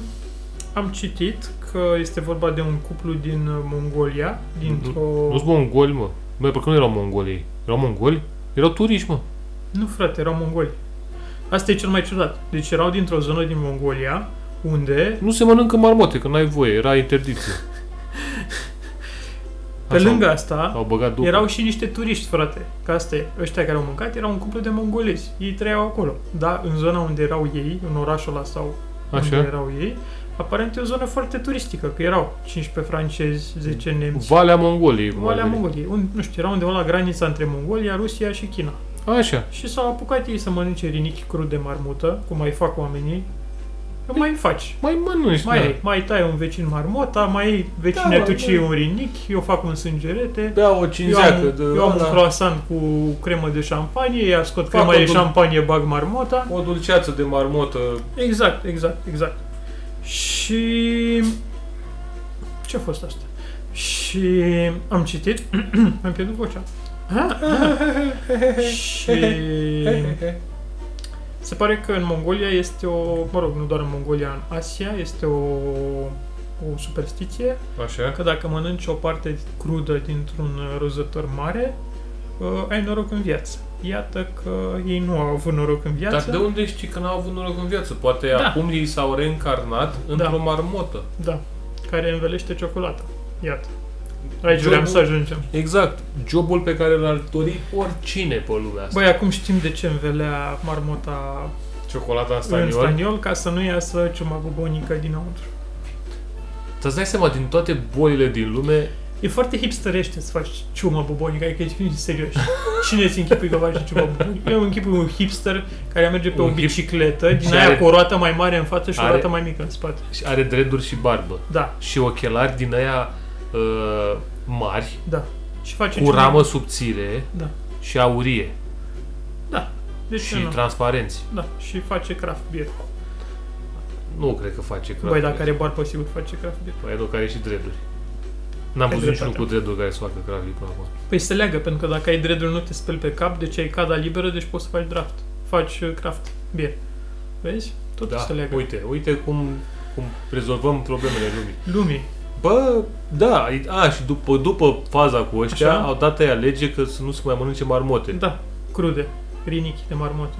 am citit că este vorba de un cuplu din uh, Mongolia, dintr-o...
Nu sunt mongoli, mă. Băi, pe când nu erau mongoli ei? Erau mongoli? Erau turiști, mă.
Nu, frate, erau mongoli. Asta e cel mai ciudat. Deci erau dintr-o zonă din Mongolia, unde,
Nu se mănâncă marmote, că n-ai voie, era interdicție.
pe
Așa,
lângă asta,
Au băgat după.
erau și niște turiști, frate. Că asta e. Ăștia care au mâncat erau un cuplu de mongolezi. Ei trăiau acolo. Da, în zona unde erau ei, în orașul ăla sau unde
Așa.
erau ei, aparent e o zonă foarte turistică, că erau 15 francezi, 10 nemți,
Valea Mongoliei. cum ar
Valea
veni.
Mongoliei. Un, nu știu, era undeva la granița între Mongolia, Rusia și China.
Așa.
Și s-au apucat ei să mănânce rinichi crud de marmută, cum mai fac oamenii. Că mai faci.
Mai mănânci,
Mai,
Păi, da.
ai, mai tai un vecin marmota, mai ai vecine
Da,
da, tu
da.
ce un rinichi, eu fac un sângerete.
Bea o
Eu am,
cinzeacă de...
eu am un
ăla,
croissant cu cremă de șampanie, ea scot
Fac
crema
o
de
dul-
șampanie, bag marmota.
o dulceață de marmotă.
Exact, exact, exact. Și... Ce a fost asta? Și am citit... Am pierdut vocea.
Ah,
Ah. și... Se pare că în Mongolia este o... Mă rog, nu doar în Mongolia, în Asia este o, o superstiție
Așa.
că dacă mănânci o parte crudă dintr-un uh, rozător mare, uh, ai noroc în viață. Iată că ei nu au avut noroc în viață.
Dar de unde știi că n-au avut noroc în viață? Poate
Da.
acum ei s-au reîncarnat într-o marmotă.
Da, care învelește ciocolata. Iată.
Jobul-
Aici vreau să ajungem.
Exact. Jobul pe care l-ar dori oricine pe lumea asta.
Băi, acum știm de ce învelea marmota
Ciocolata în
în
staniol.
staniol ca să nu iasă ciuma bubonică dinăuntru.
Să-ți dai seama, din toate bolile din lume,
E foarte hipsterește să faci ciuma bubonică, adică ești fiind serios. Cine ți închipui că faci ciuma bubonică? Eu închipui un hipster care merge pe
Un
o
hip-
bicicletă, din
și
aia
are-
cu o roată mai mare în față și o
are-
roată mai mică în spate.
și are dreaduri și barbă.
Da,
Și ochelari din aia uh, mari,
da. Și face
cu
ciuma-
ramă subțire
Da.
și aurie.
Da. Deci
și
și, nu.
transparenți.
da, și face craft beer.
Nu cred că face craft.
Băi, dacă are barba, sigur face craft beer.
Băi, nu, care și drepturi. N-am
Ai
văzut niciunul
dreptate.
cu drepturi care să facă craft până acum.
Păi se leagă, pentru că dacă ai dreadul nu te speli pe cap, deci ai cada liberă, deci poți să faci draft. Faci uh, craft beer. Vezi? Tot se leagă. Ui.
Da, uite, uite cum, cum rezolvăm problemele lumii.
Lumii.
Bă, da, e- a, și după, după faza cu ăștia,
Așa.
au dat aia lege că să nu se mai mănânce marmote.
Da, crude. Rinichi de marmote.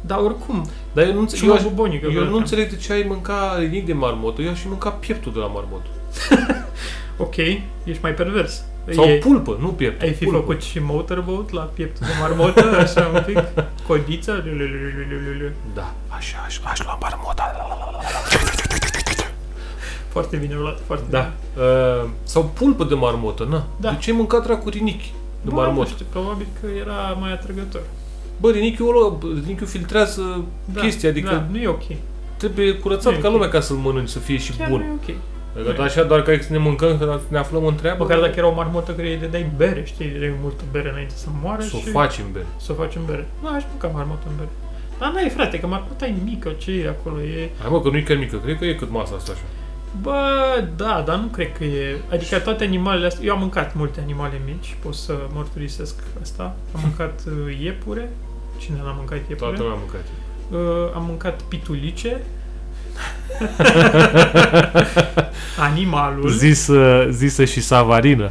Dar oricum,
Dar eu nu, înțe- eu
ciuma
aș,
bubonică.
eu
vreau
nu
să-
înțeleg de ce ai mânca rinic de marmotă, eu aș fi mâncat pieptul de la marmotă.
Ok, ești mai pervers.
Sau
Păi E-
pulpă, nu piept.
Ai fi
pulpă.
făcut și motorboat la pieptul de marmotă, așa un pic? Codiță?
Da. Așa, aș, aș lua marmota. la, la, la, la.
Foarte bine luat, foarte
Da.
bine.
Uh, sau pulpă de marmotă, na.
Da.
De ce ai mâncat dracu rinichi de
Bă,
marmotă?
Nu știu, probabil că era mai atrăgător.
Bă, rinichiul ăla, bă, rinichiul filtrează
Da,
chestia, adică
Da, nu e ok.
trebuie curățat
E,
ca
ok.
lumea ca să-l mănânci, să fie și
Chiar
bun.
nu e ok.
Adică așa doar ca să ne mâncăm, că ne aflăm în treabă.
Măcar dacă era o marmotă care îi dai bere, știi, îi dai multă bere înainte să moară
Să o
și
facem, bine.
să o faci în bere. Nu, aș mânca marmotă în bere. Dar n-ai, frate, că marmota e mică, ce e acolo? E...
Hai mă, că nu-i chiar mică, cred că e cât masa asta așa.
Bă, da, dar nu cred că e... Adică toate animalele astea... Eu am mâncat multe animale mici, pot să mărturisesc asta. Am mâncat uh, iepure. Cine n-a mâncat iepure?
Toată lumea a mâncat.
Uh, am mâncat pitulice. Animalul.
Zisă, zisă și savarină.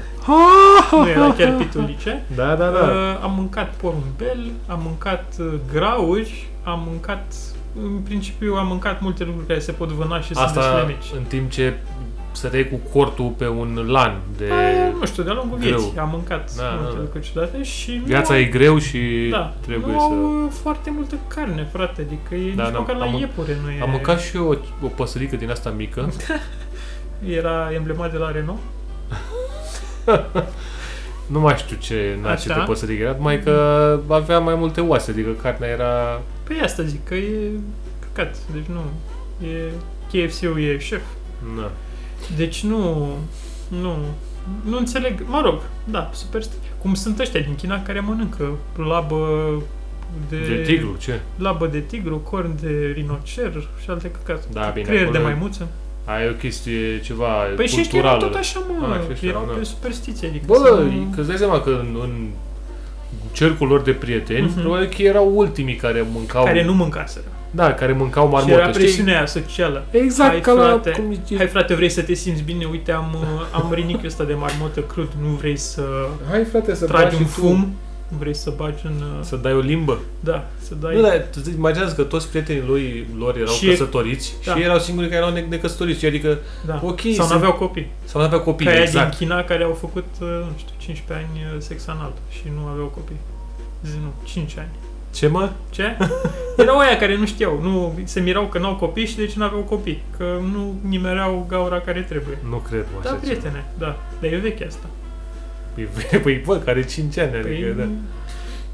Nu era chiar pitulice.
Da, da, da.
Uh, am mâncat porumbel, am mâncat uh, grauși, am mâncat... În principiu am mâncat multe lucruri care se pot vâna și sunt
Asta
destul de mici.
în timp ce săreai cu cortul pe un lan de...
Aia, Păi, Uh, nu știu, de-a lungul
greu.
vieții am mâncat
Da,
multe
da, da.
lucruri ciudate și
Viața
nu,
e greu și
da,
trebuie
nu
să...
au foarte multă carne, frate, adică e
Da,
da, nici
da,
măcar la
am mân-
iepure nu e.
Am mâncat și eu o, o păsărică din asta mică.
Era emblemat de la Renault.
Nu mai știu ce nație
Așa. Mm-hmm.
de păsărică era, mai că avea mai multe oase, adică carnea era...
Păi asta zic, că e căcat, deci nu, e... KFC-ul e șef.
Na.
Deci nu, nu, nu înțeleg, mă rog, da, super, cum sunt ăștia din China care mănâncă labă de,
De tigru, ce?
labă de tigru, corn de rinocer și alte căcaturi.
Da, bine,
Creier de
acolo e-
maimuță.
Aia e o chestie ceva
Păi și ăștia erau
culturală.
tot așa, mă,
Ah, și ăștia,
erau
da.
pe superstiție, adică
Bă,
să-
că îți dai seama că în, în cercul lor de prieteni,
Mhm.
probabil că erau ultimii care mâncau...
care nu mâncaseră.
Da, care mâncau
Și era
marmotă, știi?
presiunea aia socială.
Exact,
Hai,
ca
frate.
la... Cum e,
Hai frate, vrei să te simți bine? Uite, am, uh, am rinichiul ăsta de marmotă crud, nu vrei să
Hai, frate, să
tragi
bagi
un
și tu-
fum? Nu vrei să bagi în... uh,
Să dai o limbă.
Da, să dai...
Nu, dar tu îți imaginează că toți prietenii lui, lor erau
Și-
căsătoriți
da.
și erau singurii care erau ne- necăsătoriți. Adică
da.
ok,
Sau
să-
nu aveau copii.
s-au dat pe copii,
Ca aia
exact.
din China care au făcut, uh, nu știu, 15 ani uh, sex anal și nu aveau copii. Zi, nu, 5 ani.
Ce mă?
Ce? Erau aia care nu știau, nu, se mirau că n-au copii și deci n-aveau copii, că nu nimereau gaura care trebuie.
Nu cred, mă,
Da,
așa ceva.
prietene, da. Dar e veche asta.
Păi, păi, bă, care 5 ani, adică,
Păi,
da.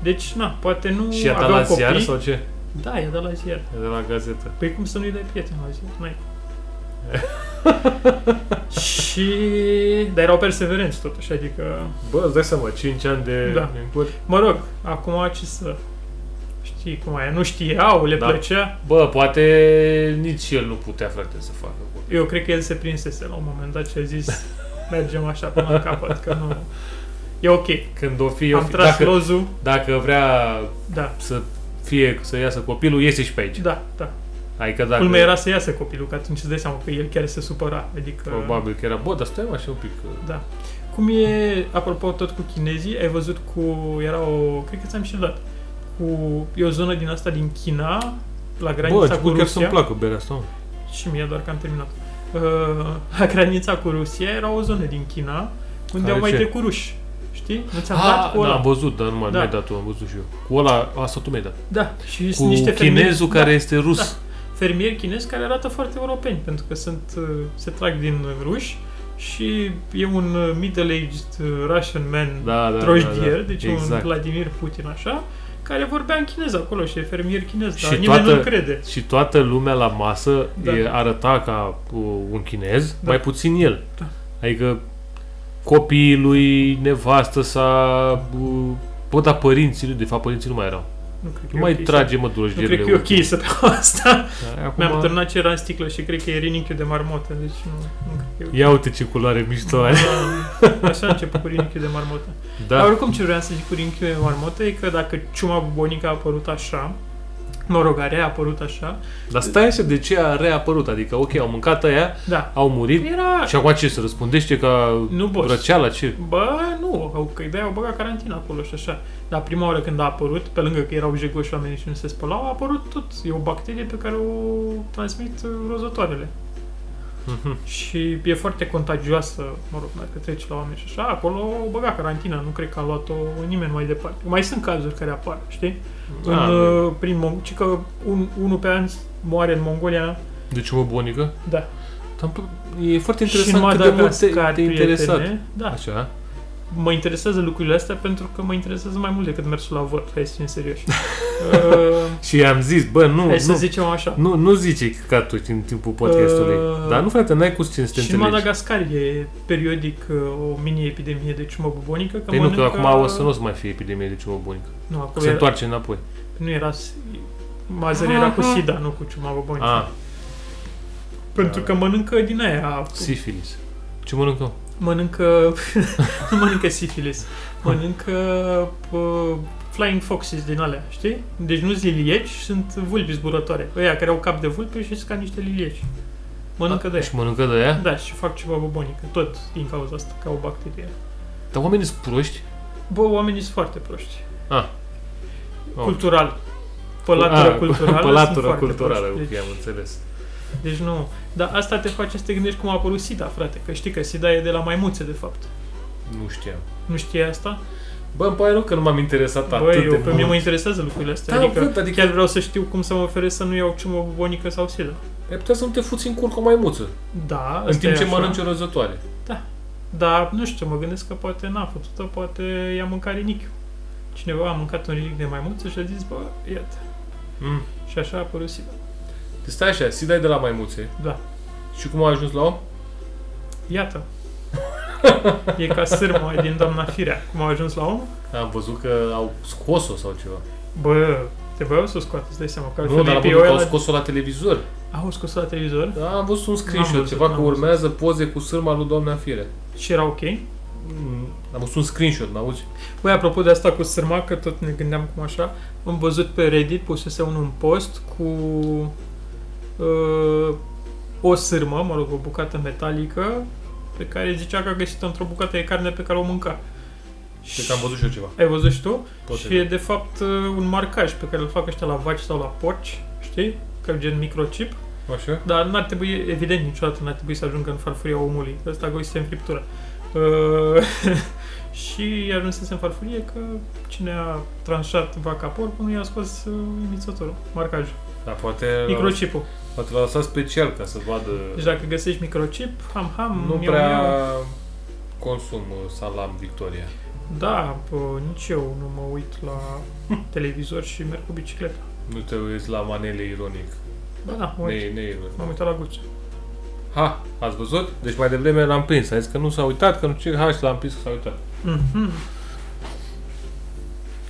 Deci, na, poate nu
Și a dat
aveau
la
copii.
ziar sau ce?
Da, i-a dat la ziar.
E De la gazetă.
Păi cum să nu-i dai prieten la ziar? N-ai. și... Dar erau perseverenți totuși, adică...
Bă, îți dai seama, 5 ani de
Da.
încur.
Mă rog, acum ce să... Știi cum e, nu știau, le
Da.
da. plăcea.
Bă, poate nici el nu putea, frate, să facă copii.
Eu cred că el se prinsese la un moment dat și a zis mergem așa până la capăt, că nu... E ok.
Când o fi, o
Am
fi
tras
dacă,
lozul.
dacă vrea
Da,
să fie, să iasă copilul, iese și pe aici.
da, da.
Adică dacă...
Culmea era să iasă copilul, că atunci îți dai seama că el chiar se supăra. Adică...
Probabil că era, bă, dar stai mă, așa un pic. că-
Da. Cum e, apropo, tot cu chinezii, ai văzut cu, era o, cred că ți-am și dat, cu, e o zonă din asta din China, la
Bă,
granița
a
cu
început chiar să-mi
Rusia.
placă berea asta, mă.
Și mie doar că am terminat. Uh, la granița cu Rusia era o zonă din China unde
Care
au mai
ce?
trecut ruși. Știi? Nu ți-am
Ah,
dat cu ăla.
am văzut, dar nu mai
Da.
mi-ai dat tu, am văzut și eu. Cu ăla, asta tu mi-ai dat.
Da. Și
Cu
sunt niște
chinezul
fermieri,
care este rus.
Da. da, fermieri chinezi care arată foarte europeni, pentru că sunt, uh, se trag din ruși și e un uh, middle-aged uh, Russian man
Da, da,
Trojdier,
da, da.
deci un
exact.
Vladimir Putin așa, care vorbea în chineză acolo și e fermier chinez,
Și
dar nimeni
toată-
nu crede.
Și toată lumea la masă
Da.
e, arăta ca uh, un chinez,
Da.
mai puțin el.
Da.
Adică copiii lui, nevastă sa, uh, bă, dar părinții lui, de fapt părinții nu mai erau.
Nu cred că
Nu
e
mai
ok să-
trage, mă,
Nu cred
drojdirele.
că e ok să beau asta.
Acum,
Mi-am turnat ce era în sticlă și cred că e rinichiul de marmotă, deci nu, nu cred că e ok.
ia uite ce culoare mișto are.
Da, Așa a început cu rinichiul de marmotă. Dar
Da,
oricum ce vreau să zic cu rinichiul de marmotă e că dacă ciuma bubonică a apărut așa, mă rog, are a apărut așa,
dar stai așa, de ce a reapărut? Adică, ok, au mâncat aia,
da,
au murit,
era...
și acum ce, se răspundește ca
Nu poți.
răceala, ce?
Bă, nu, au- că de-aia au băgat carantina acolo și așa. Dar prima oară când a apărut, pe lângă că erau jegoși oamenii și nu se spălau, a apărut tot. E o bacterie pe care o transmit uh, rozătoarele.
Mhm.
și e foarte contagioasă, mă rog, dacă treci la oameni și așa, acolo o băga carantina, nu cred că a luat-o nimeni mai departe. Mai sunt cazuri care apar, știi?
Da,
în, uh, prin Mon- ci că un, unul pe an moare în Mongolia,
Deci mă bunică?
da.
Dar îmi pl- E foarte
și în
interesant cât de mult te,
Madagascar,
te interesat.
prietene, Da,
Așa.
mă interesează lucrurile astea pentru că mă interesează mai mult decât mersul la vot, hai să fim serioși. uh,
Și am zis, bă, nu,
hai să
nu,
zicem așa.
nu, nu zice că atunci în timpul podcastului.
Uh,
Dar nu, frate, n-ai cu cine să te
Și în
înțelegi.
Madagascar e periodic uh, o mini-epidemie de ciumă bubonică. Că
Păi nu, că
mănâncă-
acum o să nu o să mai fie epidemie de ciumă bunică.
Nu, acolo
Se
era,
întoarce înapoi.
nu era... s- Mazăre era cu sida, nu cu ciuma bubonică.
A,
Pentru că mănâncă din aia,
sifilis. Ce mănâncăm?
mănâncă, nu mănâncă sifilis, mănâncă uh, flying foxes din alea, știi? Deci nu sunt lilieci, sunt vulpi zburătoare. Ăia care au cap de vulpe și sunt ca niște lilieci. Mănâncă de aia.
Ah, Și mănâncă de aia?
Da, și fac ceva bubonică, tot din cauza asta, ca o bacterie.
Dar oamenii sunt proști?
Bă, oamenii sunt foarte proști.
Ah.
Oh. Cultural. Pălatura
Ah,
culturală. sunt
Pălatura
foarte
culturală,
proști.
ok,
Deci,
am înțeles.
deci nu. Dar asta te face să te gândești cum a apărut SIDA, frate. Că știi că SIDA e de la maimuțe, de fapt.
Nu știam.
Nu știi asta?
Bă, îmi pare rău că nu m-am interesat atât
Băi,
de
eu, pe mine mă
mult.
interesează lucrurile astea.
Da,
adică,
văd, adică-
chiar vreau să știu cum să mă oferez să nu iau ciumă bubonică sau SIDA.
Ai putea să nu te fuți în cur cu o maimuță,
Da,
în
asta
timp
e
ce
așa.
mănânci o răzătoare.
Dar, Da, nu știu, mă gândesc că poate n-a făcut-o, poate i-a mâncat rinichiul. Cineva a mâncat un rinic de maimuță și a zis, bă, iată.
Mm.
Și așa a apărut SIDA.
Deci stai așa, sida e de la maimuțe.
Da.
Și cum a ajuns la om?
Iată. e ca sârma din Doamna Firea. Cum a ajuns la om?
Am văzut că au scos-o sau ceva.
Bă, te voiau să o scoată, îți dai seama. Că
Nu, dar am
pe
văzut că au scos-o la televizor.
Au scos la televizor
Da, am văzut un
N-am
screenshot,
văzut,
ceva
n-am
că
văzut.
urmează poze cu sârma lui Doamna Fire.
și era ok.
Mm, Am văzut un screenshot, n-auzi?
Băi, apropo de asta cu sârma, că tot ne gândeam cum așa, am văzut pe Reddit, pusese unul un post cu uh, o sârmă, mă rog, o bucată metalică, pe care zicea că a găsit-o într-o bucată de carne pe care o mânca.
Cred că am văzut și eu ceva.
Ai văzut și tu?
Poate
și
da.
e de fapt uh, un marcaj pe care îl fac ăștia la vaci sau la porci, știi? Ca gen microchip.
Așa?
Dar n-ar trebui, evident, niciodată n-ar trebui să ajungă în farfuria omului. Ăsta găsise în friptură. Uh, și ajunsese în farfurie că cine a tranșat vaca porcul nu i-a scos uh, inițiatorul, marcajul,
Dar Da, poate l-au-
microchipul.
poate l-a lăsat special ca să vadă...
Deci dacă găsești microchip, ham, ham,
Nu
miau, miau.
prea consum uh, salam Victoria.
Da, bă, nici eu nu mă uit la televizor și merg cu bicicleta.
Nu te uiți la manele ironic.
Ba da, mă uit.
Ne, ne ironic.
M-am uitat la guță.
Ha, ați văzut? Deci mai devreme l-am prins. A zis că nu s-a uitat, că nu știu ce. Ha, și l-am prins că s-a uitat.
Mhm.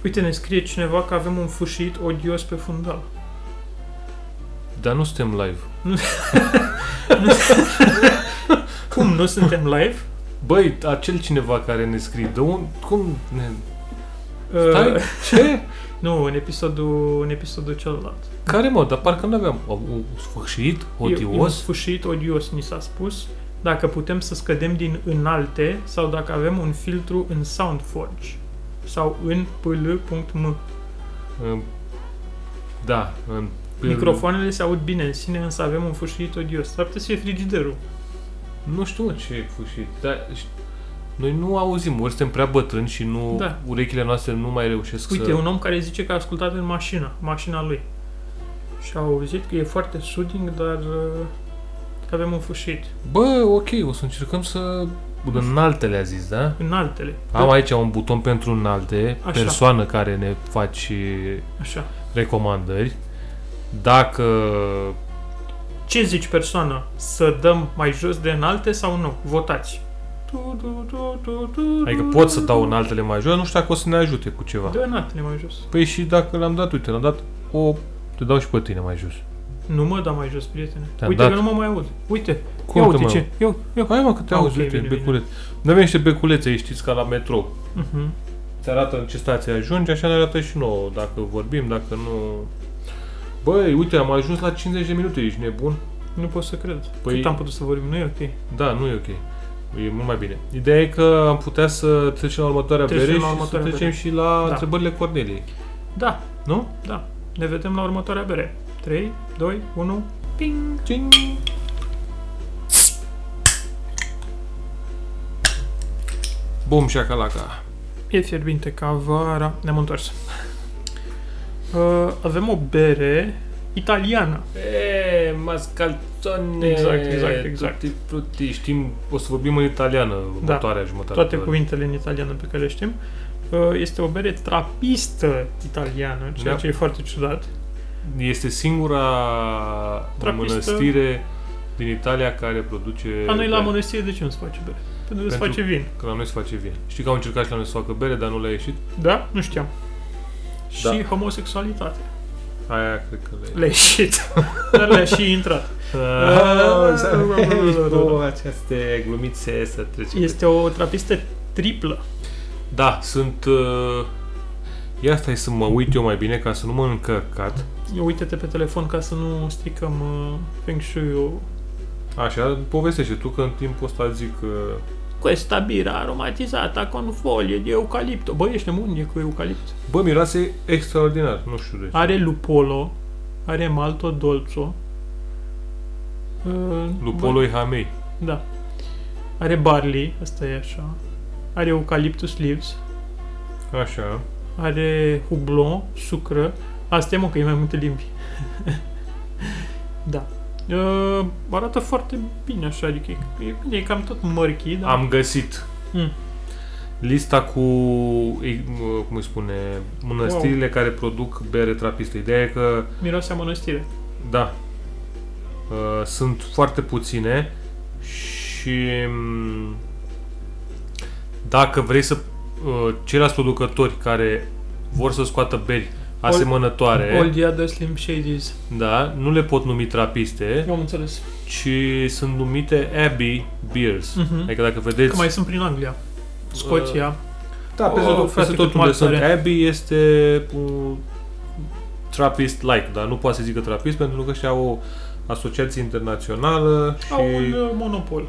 Uite, ne scrie cineva că avem un fâșit odios pe fundal.
Dar nu suntem live.
Cum, nu suntem live?
Băi, acel cineva care ne scrie, de un... Cum ne... Stai,
Uh,
ce?
nu, în episodul, în episodul celălalt.
Care mă? Dar parcă nu aveam... Au- au Sfârșit?
E, e un
Odios?
sfârșit odios, ni s-a spus. Dacă putem să scădem din înalte sau dacă avem un filtru în SoundForge sau în pl.m.
În- Da, în...
Microfoanele se aud bine în sine, însă avem un fâșit odios. S-ar putea să fie frigiderul.
Nu știu mă, ce e fâșit, dar ș- noi nu auzim, ori suntem prea bătrâni și nu
Da.
urechile noastre nu mai reușesc
Uite,
să...
un om care zice că a ascultat în mașină, mașina lui. Și a auzit că e foarte soothing, dar uh, că avem un fâșit.
Bă, ok, o să încercăm să... În altele a zis, da?
În altele.
Am aici un buton pentru un alte,
Așa.
persoană care ne faci
Așa.
recomandări. Dacă...
Ce zici, persoană? Să dăm mai jos de înalte sau nu? Votați. Tu, tu, tu, tu, tu,
Adică
tu,
pot să
tu,
dau
tu.
în altele mai jos, nu știu dacă o să ne ajute cu ceva.
Dă înalte mai jos.
Păi și dacă l-am dat, uite, l-am dat o... Te dau și pe tine mai jos.
Nu mă da mai jos, prietene.
Te-am
uite
dat.
că nu mă mai aud. Uite.
Cum
Ia
te
uite
mai
ce. Eu, eu.
Hai mă că te
Ah,
auzi,
ok,
uite,
bine, bine.
beculeț. Nu avem niște beculețe, aici, știți, ca la metrou.
Mhm.
Ți arată în ce stație ajungi, așa ne arată și nouă, dacă vorbim, dacă nu... Băi, uite, am ajuns la 50 de minute, ești nebun?
Nu pot să cred.
Păi-
Păi... Cât am putut să vorbim? Nu e ok.
Da, nu e ok. E mult mai bine. Ideea e că am putea să trecem la următoarea
Trecem
bere
la
și să
următoarea
trecem
bere.
și la
Da.
întrebările Corneliei.
Da,
Nu?
da. Ne vedem la următoarea bere. 3, 2, 1. Ping!
Cing! Bum, șacalaca.
E fierbinte ca vara. Ne-am întors. Uh, avem o bere italiană.
E, mascalzone.
Exact, exact, exact. Da.
Tutti frutti. Știm, o să vorbim în italiană următoarea jumătate.
Toate
de oră.
cuvintele în italiană pe care le știm. Uh, Este o bere trapistă italiană, ceea
Da.
ce e foarte ciudat.
Este singura
Trapistă.
mănăstire din Italia care produce...
La noi la
bere.
mănăstire de ce nu se face bere? Pentru că se
da. Pentru-
face vin.
Că la noi se face vin. Știi că au încercat și la noi să facă bere, dar nu le-a ieșit?
Da? Nu știam. Și
Da.
homosexualitate.
Aia cred că le-a
Le-a ieșit. Dar le-a și intrat.
Ah,
Ah,
înțeleg.
da, da, da.
aceste glumițe să trece.
Este o trapistă triplă.
Da, sunt... Uh... Ia stai să mă uit eu mai bine ca să nu mă încărcat.
Uite-te pe telefon ca să nu stricăm uh, Feng Shui-ul.
Așa, povestește tu că în timpul ăsta zic uh, că...
Questa bira aromatizată con folie de eucalipto. Bă, ești nebun, e cu eucalipt.
Bă, miroase extraordinar, nu știu de ce.
Are lupolo, are malto dolțo. Uh, bă,
Lupoloi Hamei.
Da. Are barley, asta e așa. Are eucaliptus leaves.
Așa.
Are hublon, sucră. Asta e mă, că e mai multe limbi. da. Uh, arată foarte bine așa, adică e, e bine, e cam tot mărchii, dar...
Am găsit
Da. Mm.
lista cu, ei, mă, cum îi spune, mănăstirile care produc bere trapistă. Ideea e că,
Miroase a mănăstire.
da, uh, sunt foarte puține și mm, dacă vrei să uh, ceilalți producători care vor să scoată beri asemănătoare,
All the other slim shadies.
da, nu le pot numi trapiste,
Eu am înțeles.
ci sunt numite Abbey Beers.
Mhm.
Adică dacă vedeți...
Că mai sunt prin Anglia. Scoția.
Da, peste
Oh,
tot, peste
frate, cât
tot unde
malt
sunt
are.
Abbey este un Trappist-like, dar nu poate să zică Trappist pentru că și au o asociație internațională și
Au un uh, monopol.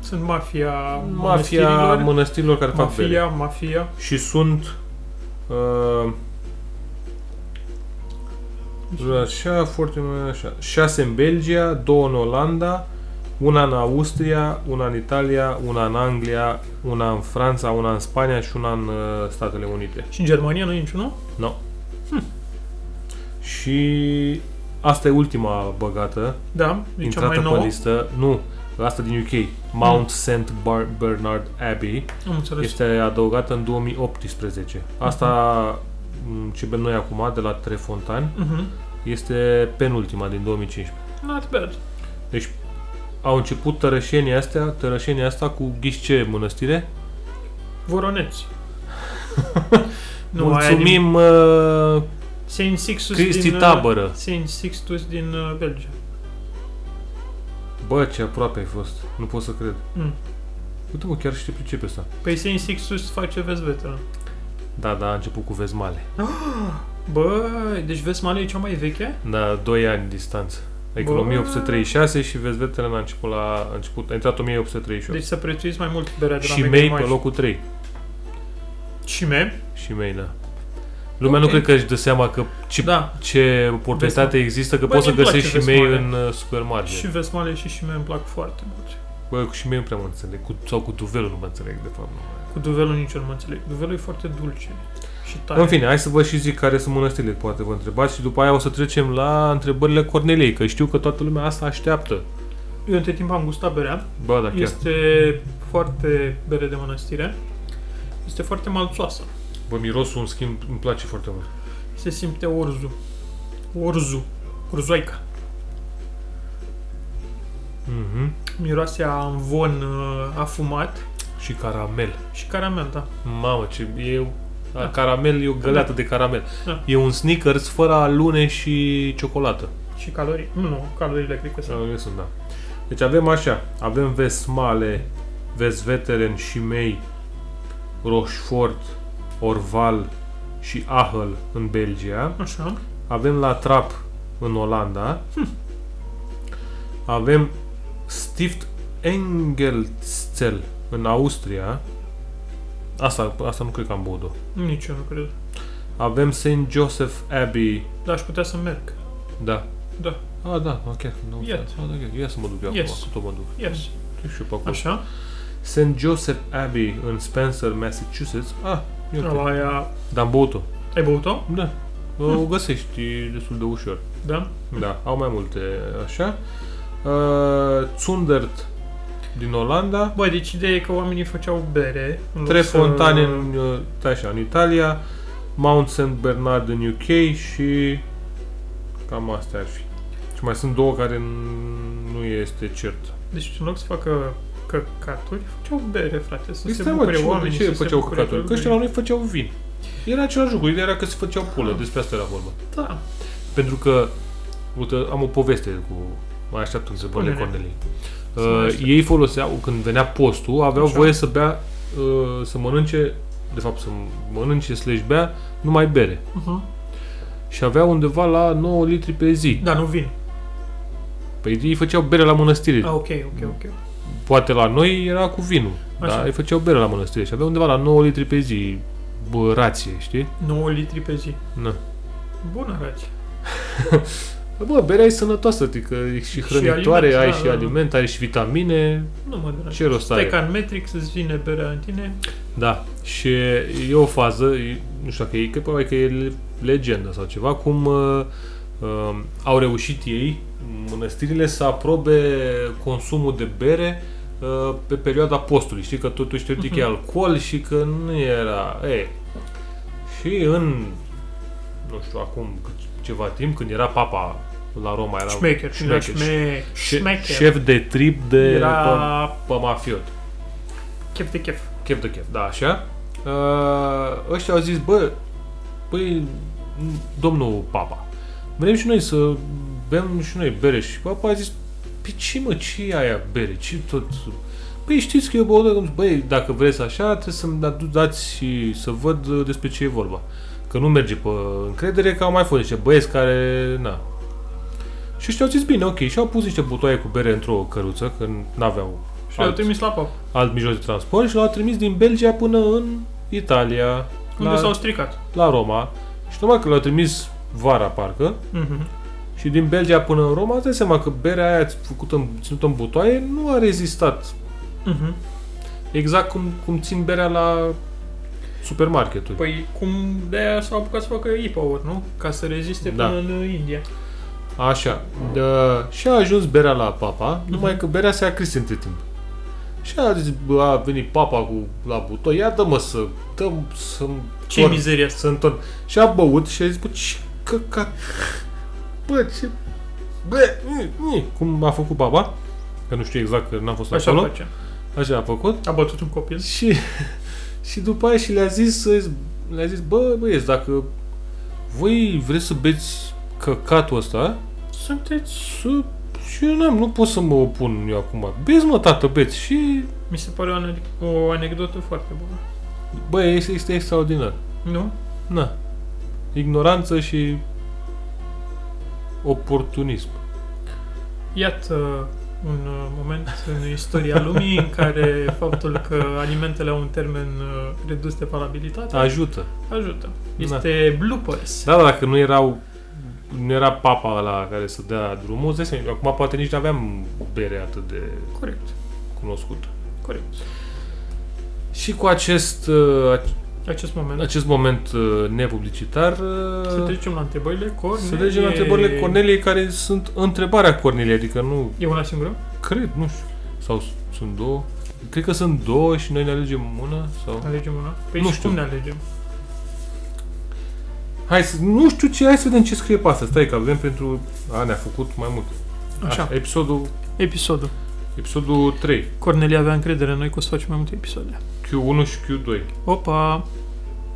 Sunt mafia
mafia
mănăstirilor.
mănăstirilor care fac bere.
Mafia, mafia.
Și sunt uh, așa, foarte mai așa. 6 în Belgia, 2 în Olanda, una în Austria, una în Italia, una în Anglia, una în Franța, una în Spania și una în uh, Statele Unite.
Și în Germania nu e niciunul?
Nu. No. Și asta e ultima băgată,
Da, e cea
intrată
mai nouă.
pe listă. Nu, asta din UK. Mount St. Bar- Bernard Abbey
Am înțeles.
este adăugată în 2018. Asta m, ce bem noi acum de la Trefontan
Mhm.
este penultima din 2015.
Not bad.
Deci au început tărășenia astea, tărășenia asta cu ghișce mănăstire.
Voroneți.
Mulțumim uh,
Saint Sixtus
Cristi
din... uh,
Tabără.
Saint Sixtus din uh, Belgia.
Bă, ce aproape ai fost. Nu pot să cred.
Mm.
Uite, mă, chiar și te pricepe asta.
Păi Saint Sixtus face vezvetă.
Da, da, a început cu vezmale.
Bă, deci Vesmale e cea mai veche?
Da, 2 ani distanță. Adică în
Bă.
1836 și vezvetele a început la... A, început, a intrat 1838.
Deci să prețuiți mai mult berea de la
și
Mega
mei pe
Image.
locul 3.
Și me?
Și mei, da. Lumea nu
Ok.
cred că își dă seama că ce,
Da.
ce oportunitate
Vesmale.
există, că
Bă,
poți să
mie îmi
găsești și
place
mei în
Vesmale.
uh, supermarket.
Și
Și...
Vesmale și și me îmi plac foarte mult.
Bă, cu și mei nu prea mă înțeleg. Cu, sau cu duvelul nu mă înțeleg, de fapt. Nu.
Cu duvelul nici eu nu mă înțeleg. Duvelul e foarte dulce și tare.
În fine, hai să vă și zic care sunt mănăstirile, poate vă întrebați și după aia o să trecem la întrebările Corneliei, că știu că toată lumea asta așteaptă.
Eu între timp am gustat berea.
Bă, da, chiar.
Este foarte bere de mănăstire. Este foarte malțoasă.
Bă, mirosul, în schimb, îmi place foarte mult.
Se simte orzu. Orzu. Orzoica.
Mhm.
Miroase a amvon uh, afumat
Și caramel.
și caramel, da.
Mamă, ce e... Da. Caramel e o găleată de caramel.
Da.
E un Snickers fără alune și ciocolată.
Și calorii. Nu, nu, calorile cred că sunt.
Caramele sunt, da. Deci avem așa. Avem Vesmale, Vesveteren, Șimei, Rochefort, Orval și Ahel în Belgia.
Așa.
Avem la Trap în Olanda. Hm. Avem Stift Engelszell în Austria. Asta, asta nu cred că am băut
Nici eu nu cred.
Avem St. Joseph Abbey.
Dar aș putea să merg.
Da.
Da.
Ah, da, ok. Nu,
Iată.
da, da, chiar. Ia să mă duc eu
Yes.
acum, că tot mă duc.
Yes.
Duc și eu pe acolo.
Așa.
St. Joseph Abbey în Spencer, Massachusetts. Ah, e ok.
La aia...
Dar am băut-o.
Ai băut-o?
Da. O găsești e destul de ușor.
Da?
Da, au mai multe așa. Uh, Zundert din Olanda.
Băi, deci ideea e că oamenii făceau bere. în loc
Trei
să-
fontane în, uh, da, așa, în Italia. Mount St. Bernard în UK și cam astea ar fi. Și mai sunt două care n- nu este cert.
Deci în loc să facă căcaturi, făceau bere, frate, să
Păi
se
stai, mă,
bucure
ce, de
oamenii.
ce
să se
făceau
bucure
căcaturi?
de
Că ăștia la noi făceau vin. Era același lucru, ideea era că se făceau pulă,
Ah.
despre asta era vorba.
Da.
Pentru că, uite, am o poveste cu... Mai așteaptă întrebările
Spune-ne.
Cornelii.
Să mai
Uh,
aștept.
ei foloseau, când venea postul, aveau
Așa.
voie să bea, uh, să mănânce, de fapt să mănânce slash bea, numai bere.
Uh-huh.
Și aveau undeva la 9 litri pe zi.
Da, nu vin.
Păi ei făceau bere la mănăstire.
Ah, ok, ok, ok.
Mm. Poate
poate
la noi era cu vinul,
Așa.
dar ei făceau bere la mănăstire și aveau undeva la 9 litri pe zi bă, rație, știi?
9 litri pe zi.
Na.
Bună, Raci.
Păi Bă, berea e sănătoasă, adică e și
Și
hrănitoare,
aliment,
ai
da,
și
da, da.
aliment, ai și vitamine,
Nu mă dragi.
ce rost
Stai
are?
ca în Matrix îți vine berea în tine.
Da, și e o fază, e- nu știu dacă e, cred probabil că e legendă sau ceva, cum uh, uh, au reușit ei, mănăstirile, să aprobe consumul de bere uh, pe perioada postului. Știi că totuși teoretic e
Mhm.
alcool și că nu era... E. Și în, nu știu, acum cât- ceva timp, când era papa la Roma, era
Șmecher. Șmecher.
Da, șmecher,
Șmecher.
șe-
Șmecher.
șef de trip de era...
Era
pe, pe mafiot.
chef de chef.
Chef de chef, da, așa. Uh, ăștia au zis, bă, păi, domnul Papa, vrem și noi să bem și noi bere. Și Papa a zis, pe ce mă, ce e aia bere? ce tot... Păi știți că eu băutură, cum băi, dacă vreți așa, trebuie să-mi adu- dați și să văd uh, despre ce e vorba. Că nu merge pe încredere, că au mai fost niște băieți care, na. Și ăștia au zis, bine, ok, și au pus niște butoaie cu bere într-o căruță, că n-aveau
Și
alt-
l-au trimis la pop.
alt mijloc de transport și l-au trimis din Belgia până în Italia,
Unde
la,
s-au stricat.
la Roma. Și numai că l-au trimis vara, parcă,
Mhm.
și din Belgia până în Roma, îți dai seama că berea aia făcută, în- ținută în butoaie nu a rezistat.
Mhm.
Exact cum, cum țin berea la supermarketuri. Păi,
Păi cum de-aia s-au apucat să facă IPA-uri, nu? Ca să reziste
Da.
până în India.
Așa. Da, și a ajuns berea la papa, numai
Mhm.
că berea se a crist între timp. Și a, zis, bă, a venit papa cu la butoi, ia dă-mă să, dă să
Ce mizerie asta?
să întorc. Și a băut și a zis, bă, ce căcat. Bă, ce... Bă, mm, mm. cum a făcut baba, că nu știu exact că n-am fost
Așa
acolo,
face.
așa a făcut.
A bătut un copil.
Și, și după aia și le-a zis, le-a zis, bă, băieți, dacă voi vreți să beți căcatul ăsta,
Sunteți...
să... Și eu n-am, nu pot să mă opun eu acum. Beți, mă, tată, beți. Și,
Mi se pare o, ane- o anecdotă foarte bună.
bă, este, este extraordinar.
Nu?
Na. Ignoranță și oportunism.
Iată un uh, moment în istoria lumii în care faptul că alimentele au un termen uh, redus de valabilitate
Ajută.
ajută. Este bloopers.
Da, dar dacă nu erau nu era papa la care să dea drumul, îți dai seama, acum poate nici nu aveam bere atât de
Corect.
cunoscută.
Corect.
Și cu acest, uh,
Acest moment.
acest moment uh, nepublicitar, Deci, uh,
Să trecem la întrebările Cornelie.
să trecem la întrebările Corneliei, care sunt întrebarea Corneliei, adică nu
E una singură?
cred, nu știu, sau s- sunt două. Cred că sunt două și noi ne alegem una sau...
Alegem una? Păi
Nu
și
știu.
cum ne alegem?
Hai să, nu știu ce, hai să vedem ce scrie pe asta. Stai că avem pentru... A, ne-a făcut mai mult.
Așa.
episodul,
Episodul.
episodul 3.
Cornelia avea încredere în noi că o să facem mai multe episoade.
Q1 și Q2.
Opa!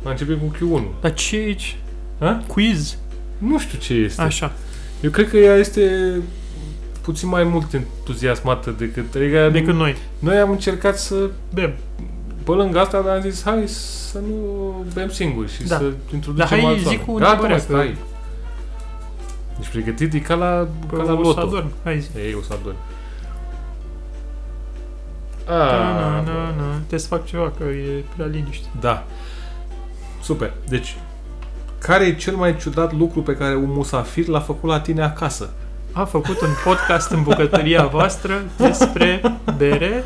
A început cu Q1.
Dar ce e aici?
A?
Quiz?
Nu știu ce este.
Așa.
Eu cred că ea este puțin mai mult entuziasmată decât... Adică
Decât noi.
Noi am încercat să...
Bem.
Pe lângă asta, dar am zis, hai să nu bem singuri și
Da.
să introducem
Dar hai,
alți
zic
oameni.
cu
Gata, mă,
întrebarea, că-
stai. Deci pregătit e ca la,
Păi
ca la
o să
loto.
adorm. Hai zi.
Ei, o să adorm.
Na,
Ah,
na, na. Trebuie să fac ceva, că e prea liniște.
Da. Super. Deci, care e cel mai ciudat lucru pe care un musafir l-a făcut la tine acasă?
A făcut un podcast în bucătăria voastră despre bere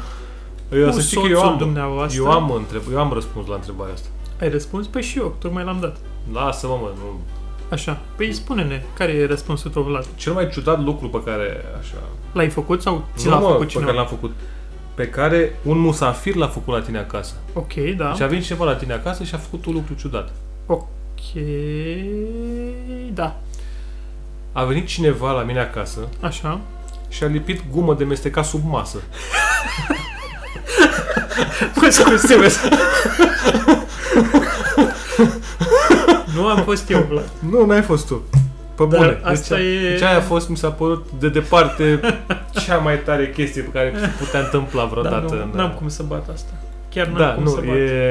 Eu,
Cu
să știi că eu
soțul
am,
dumneavoastră.
eu am, întreb, eu am răspuns la întrebarea asta.
Ai răspuns? Păi și eu, tocmai l-am dat.
Lasă-mă, mă, nu.
Așa. Păi spune-ne, care e răspunsul tău, Vlad?
Cel mai ciudat lucru pe care, așa,
L-ai făcut sau ți
nu,
l-a
mă,
făcut
pe care
cineva?
l-am făcut, pe care un musafir l-a făcut la tine acasă.
Ok, da.
Și a venit cineva la tine acasă și a făcut un lucru ciudat.
Ok, da.
A venit cineva la mine acasă
Așa.
și a lipit gumă de mestecat sub masă.
nu am fost eu, Vlad.
Nu, n-ai fost tu. Pe
Dar
bune.
asta
deci,
e-
deci aia a fost, mi s-a părut de departe cea mai tare chestie pe care se putea întâmpla
Dar
vreodată.
Da, nu,
în-
n-am cum să bat asta. Chiar n-am
Da,
cum să
nu,
bat.
e...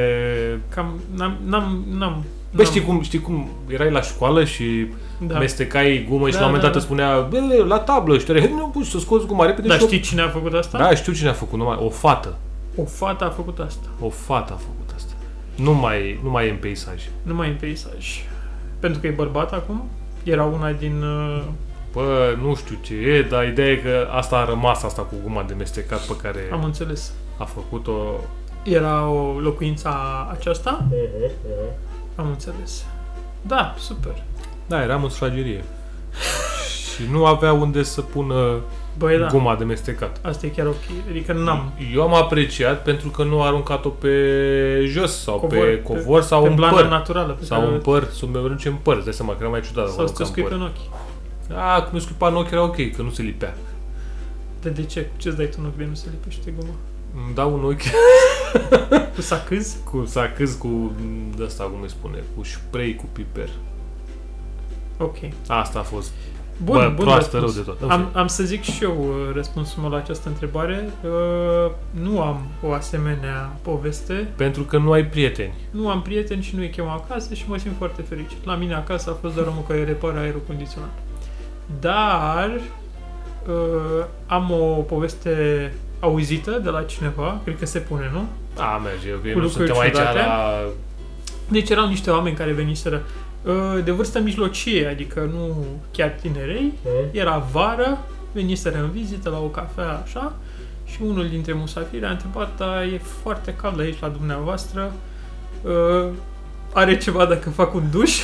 Cam, n-am, n-am, n-am.
Bă,
n-am-
știi cum, știi cum erai la școală și da.
Da.
mestecai gumă și
Da,
la un moment
da,
dat
da.
îți spunea "Bă, le- la tablă și tare, nu poți să scoți guma repede
Dar
și o-
știi cine a făcut asta?
Da, știu cine a făcut, numai o fată.
O fată a făcut asta.
O fată a făcut asta. Nu mai, nu mai e în peisaj.
Nu mai e în peisaj. Pentru că e bărbat acum. Era una din... uh,
Bă, nu știu ce e, dar ideea e că asta a rămas, asta cu guma de mestecat pe care
Am înțeles.
a făcut-o
Era o locuința aceasta? Am înțeles. Da, super.
Da, eram în sufragerie. și nu avea unde să pună
Băi, da.
guma de mestecat.
Asta e chiar ok. Adică n-am.
Eu am apreciat pentru că nu a aruncat-o pe jos sau covor, pe
Covor,
covor pe, sau
pe
în
blana
păr.
naturală. Pe
Sau
care-
în păr, să mă arunce în păr. Îți dai seama că era mai ciudat. dacă o
Sau să
arunca
te
în
scui pe
păr.
în ochi.
A, cum mi-a scuipat în ochi era ok, că nu se lipea.
De, de ce? Cu ce-ți dai tu în ochi de nu se lipește guma?
Îmi dau un ochi
Cu sacâzi?
cu sacâz, cu de asta cum îi spune, cu spray, cu piper.
Ok.
Asta a fost.
Bun,
Bă,
bun
proastă, rău
răspuns.
de tot. În
Am,
fine.
am să zic și eu uh, răspunsul meu la această întrebare. Uh, nu am o asemenea poveste.
Pentru că nu ai prieteni.
Nu am prieteni și nu-i chem acasă și mă simt foarte fericit. La mine acasă a fost doar omul care repară aerul condiționat. Dar uh, am o poveste auzită de la cineva, cred că se pune, nu?
A, merge, ok,
Cu
nu
lucruri
suntem aici
ciudate.
la...
Deci erau niște oameni care veniseră uh, de vârstă mijlocie, adică nu chiar tinerei. Era vară, veniseră în vizită la o cafea așa și unul dintre musafiri a întrebat, "Da, e foarte cald aici la dumneavoastră, uh, are ceva dacă fac un duș?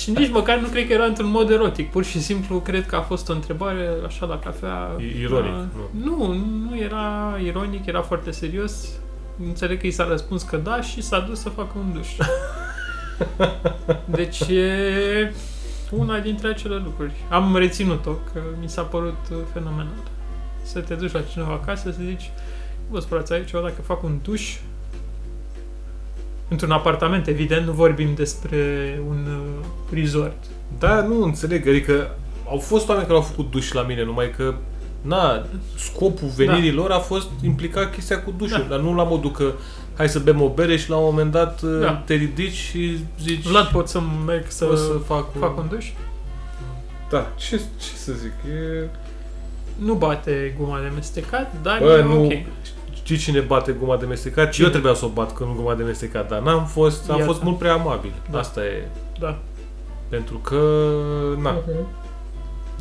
și nici măcar nu cred că era într-un mod erotic, pur și simplu cred că a fost o întrebare așa la cafea.
I- ironic,
Da. nu, nu era ironic, era foarte serios. Înțeleg că i s-a răspuns că da și s-a dus să facă un duș. Deci e una dintre acele lucruri. Am reținut-o, că mi s-a părut uh, fenomenal. Să te duci la cineva acasă, să zici, vă spărați aici ceva dacă fac un duș. Într-un apartament, evident, nu vorbim despre un uh, resort.
Da, nu înțeleg, adică au fost oameni care au făcut duș la mine, numai că na, scopul venirii da. lor a fost implicat chestia cu dușul, da.
Da.
dar nu la modul că hai să bem o bere și la un moment dat da.
Da.
te ridici și zici
Vlad, pot să merg să,
o să fac,
fac un duș?
Da, ce, ce să zic, e...
Nu bate guma de mestecat, dar
Bă,
e
nu...
ok.
Okay. Știi cine bate guma de mestecat?
Cine?
Eu trebuia să o bat cu guma de mestecat, dar n-am fost, am
Iată.
fost mult prea amabil. Da.
Da.
Asta e.
Da.
Pentru că, na.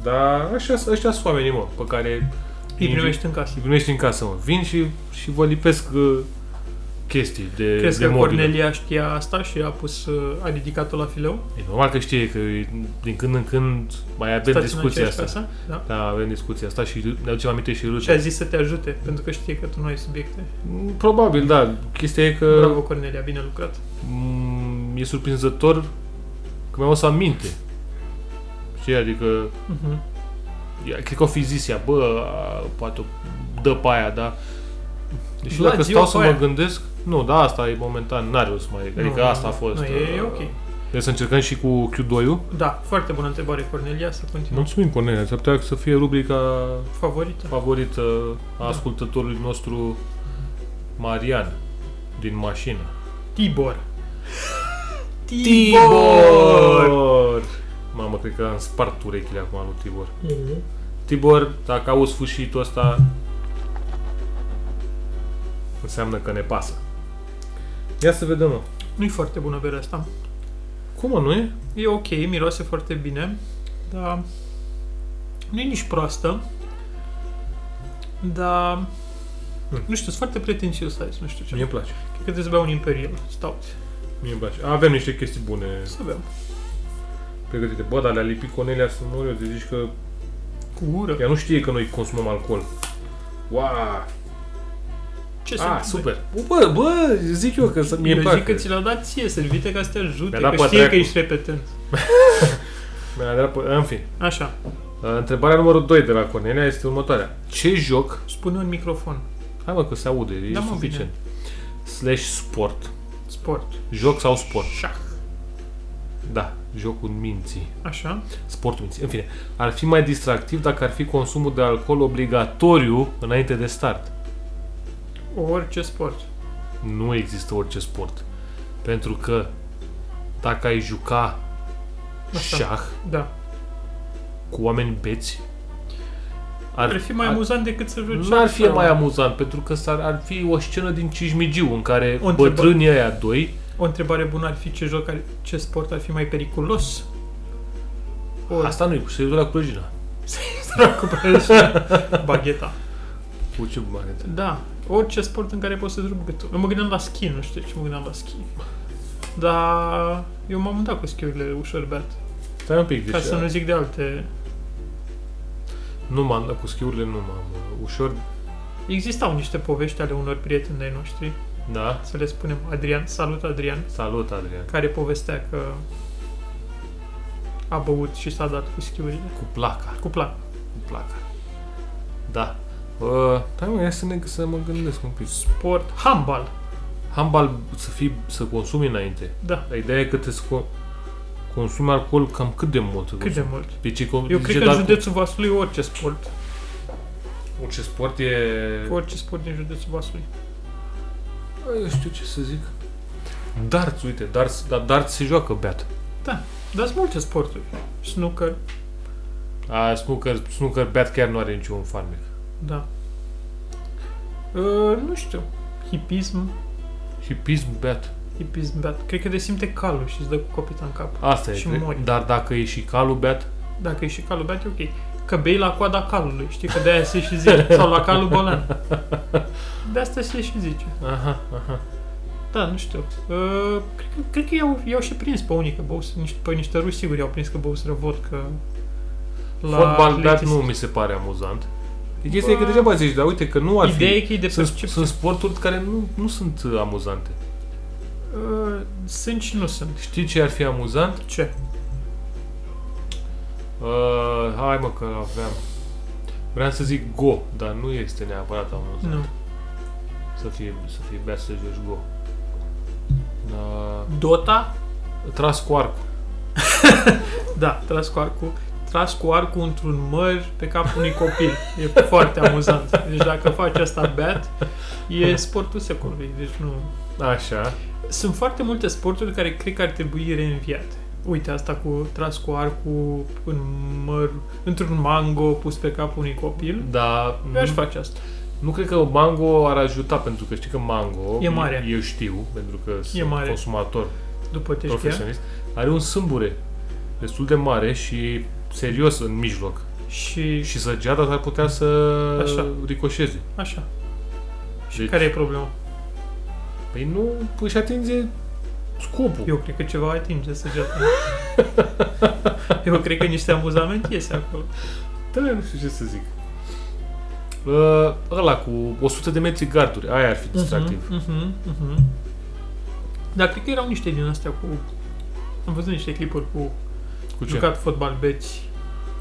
Dar așa, ăștia sunt oamenii, mă, pe care
Îi primești în casă.
Îi primești în casă, mă. Vin și, și vă lipesc uh, chestii de,
Crezi
de
că
mobilă.
Cornelia știa asta și a pus, uh, a ridicat-o la fileu?
E normal că știe că e- din când în când mai avem
Stați în
discuția
aceeași
asta.
casă? Da.
Da, avem discuția asta și ne aducem aminte și
Și a
râdem.
zis să te ajute, pentru că știe că tu nu ai subiecte.
Probabil, da. Chestia e că
Bravo, Cornelia, bine lucrat.
m, e surprinzător că mi-am să aminte. Știi, adică
Uh-huh.
ea- cred că o fi zis ea, bă, a, poate o dă pe aia, da? Deci
Vlad,
dacă
zi-o
stau
pe
să mă
aia.
gândesc, nu, da, asta e momentan, n-are rost mai, adică asta a fost.
Nu, e, e
uh,
ok.
Trebuie să încercăm și cu Q2-ul.
Da, foarte bună întrebare, Cornelia, să continuăm.
Mulțumim, Cornelia. S-ar putea să fie rubrica
Favorită?
favorită a ascultătorului nostru Marian din mașină.
Tibor.
Mamă, cred că am spart urechile acum lui Tibor. Tibor, dacă auzi fâșitul ăsta, înseamnă că ne pasă. Ia să vedem, mă.
Nu-i foarte bună berea asta.
Cum mă, nu e?
E ok, miroase foarte bine, dar nu e nici proastă, dar...
Mm.
Nu știu, sunt foarte pretențios aici, nu știu ce.
Mie îmi place.
Cred că trebuie să beau un imperial, stout.
Mie îmi place. Avem niște chestii bune
Să beau.
pregătite. Bă, dar le-a lipit Cornelia să mor eu, de zici că
Cu ură.
ea nu știe că noi consumăm alcool. Wow!
Ce se
Ah,
întâmplă?
super! Bă, bă, zic eu că să mie îmi
Eu zic că
place.
ți l-a dat ție, servite ca să te ajute,
Mi-a dat
că
pe
știe
dracu.
că ești repetent.
Mi-a dat pe- În fine.
Așa,
Uh, Întrebarea numărul 2 de la Cornelia este următoarea. Ce joc
spune un microfon.
Hai mă că se aude, e
Da, mă,
suficient. Slash sport.
Sport.
Joc sau sport?
Șah.
Da, jocul minții.
Așa.
Sportul minții. În fine, ar fi mai distractiv dacă ar fi consumul de alcool obligatoriu înainte de start.
Orice sport.
Nu există orice sport. Pentru că dacă ai juca
Așa.
șah
Da.
cu oameni beți, ar,
Ar fi mai
ar,
amuzant decât să joci.
Nu ar fi
altfel.
mai amuzant, pentru că s-ar, ar fi o scenă din Cismigiu în care
O întrebare.
bătrânii aia doi
O întrebare bună ar fi ce joc, ar, ce sport ar fi mai periculos? Ori Asta...
Asta nu e, se duce la Clujina.
cu prăjitură. bagheta.
Cu ce bani?
Da. Orice sport în care poți să-ți rupi gâtul. Eu mă gândeam la schi, nu știu de ce mă gândeam la schi. Dar eu m-am îndat cu schiurile ușor beat.
Stai un pic,
Ca
deci
să nu zic de alte.
nu m-am, cu schiurile nu m-am, uh, ușor,
Existau niște povești ale unor prieteni ai noștri,
da,
să le spunem Adrian, salut Adrian,
salut Adrian,
care povestea că a băut și s-a dat cu schiurile.
cu placa,
Cu plac.
cu placa, da. Uh, stai mă, ia să, ne, să mă gândesc un pic.
Sport. Handbal.
Handbal să, fii, să consumi înainte.
Da.
Dar ideea e că te să co- consumi alcool cam cât de mult.
Cât de mult?
Deci, e com-
Eu
zice,
cred că
dar
în
cu-
județul Vaslui orice sport.
Orice sport e...
Orice sport din județul Vaslui.
Bă, Eu știu ce să zic. Darts, uite, darts, dar darts se joacă beat.
Dar sunt multe sporturi. Snooker.
A, snooker, snooker beat chiar nu are niciun farmec.
Da. Uh, nu știu. Hipism.
Și pism beat.
Hipism beat. Cred că te simte calul și îți dă cu copita în cap.
Asta
Și
e. cred.
mori.
Dar dacă e și calul beat,
Dacă e și calul beat, e ok. Că bei la coada calului, știi? Că de-aia se și zice. Sau la calul bolan. De asta se și zice.
aha, aha.
Da, nu știu. Uh, cred, că, cred că i-au, i-au și prins pe unii, că băus, niște, pe niște ruși sigur i-au prins că băus vodcă.
La Fotbal beat
atletism.
nu mi se pare amuzant. E chestia e că
Bă.
degeaba zici, dar uite că nu ar
Ideea e
fi.
că e de
Sunt,
percepție.
sunt sporturi care nu, nu sunt uh, amuzante.
Uh, sunt și nu sunt.
Știi ce ar fi amuzant?
Ce?
Uh, hai mă că aveam. Vreau să zic go, dar nu este neapărat amuzant.
Nu.
Să fie, să fie beat să joci go. Uh,
Dota?
tras cu arcul.
Da, tras cu arcul. Tras cu arcul într-un măr pe capul unui copil. E foarte amuzant. Deci dacă faci asta beat, e sportul secolului. Deci nu...
Așa.
Sunt foarte multe sporturi care cred că ar trebui reînviate. Uite, asta cu tras cu arcul în măr, într-un mango pus pe capul unui copil.
Dar
Eu aș face asta.
Da, Nu cred că mango ar ajuta, pentru că știi că mango,
E mare.
eu știu, pentru că sunt
mare. Deci
consumator
După ce știa.
profesionist, are un sâmbure destul de mare și serios în mijloc.
Și
Și săgeata ar putea să
Așa.
ricoșeze.
așa. Și
Deci-
care e problema?
Păi nu își atinge scopul.
Eu cred că ceva atinge săgeata. Eu cred că niște amuzament iese acolo.
Da, nu știu ce să zic. Uh, ăla cu 100 de metri garduri, aia ar fi distractiv.
Mhm, mhm, mhm. Dar cred că erau niște din astea cu... Am văzut niște clipuri cu
Cu ce?
jucat fotbal beți.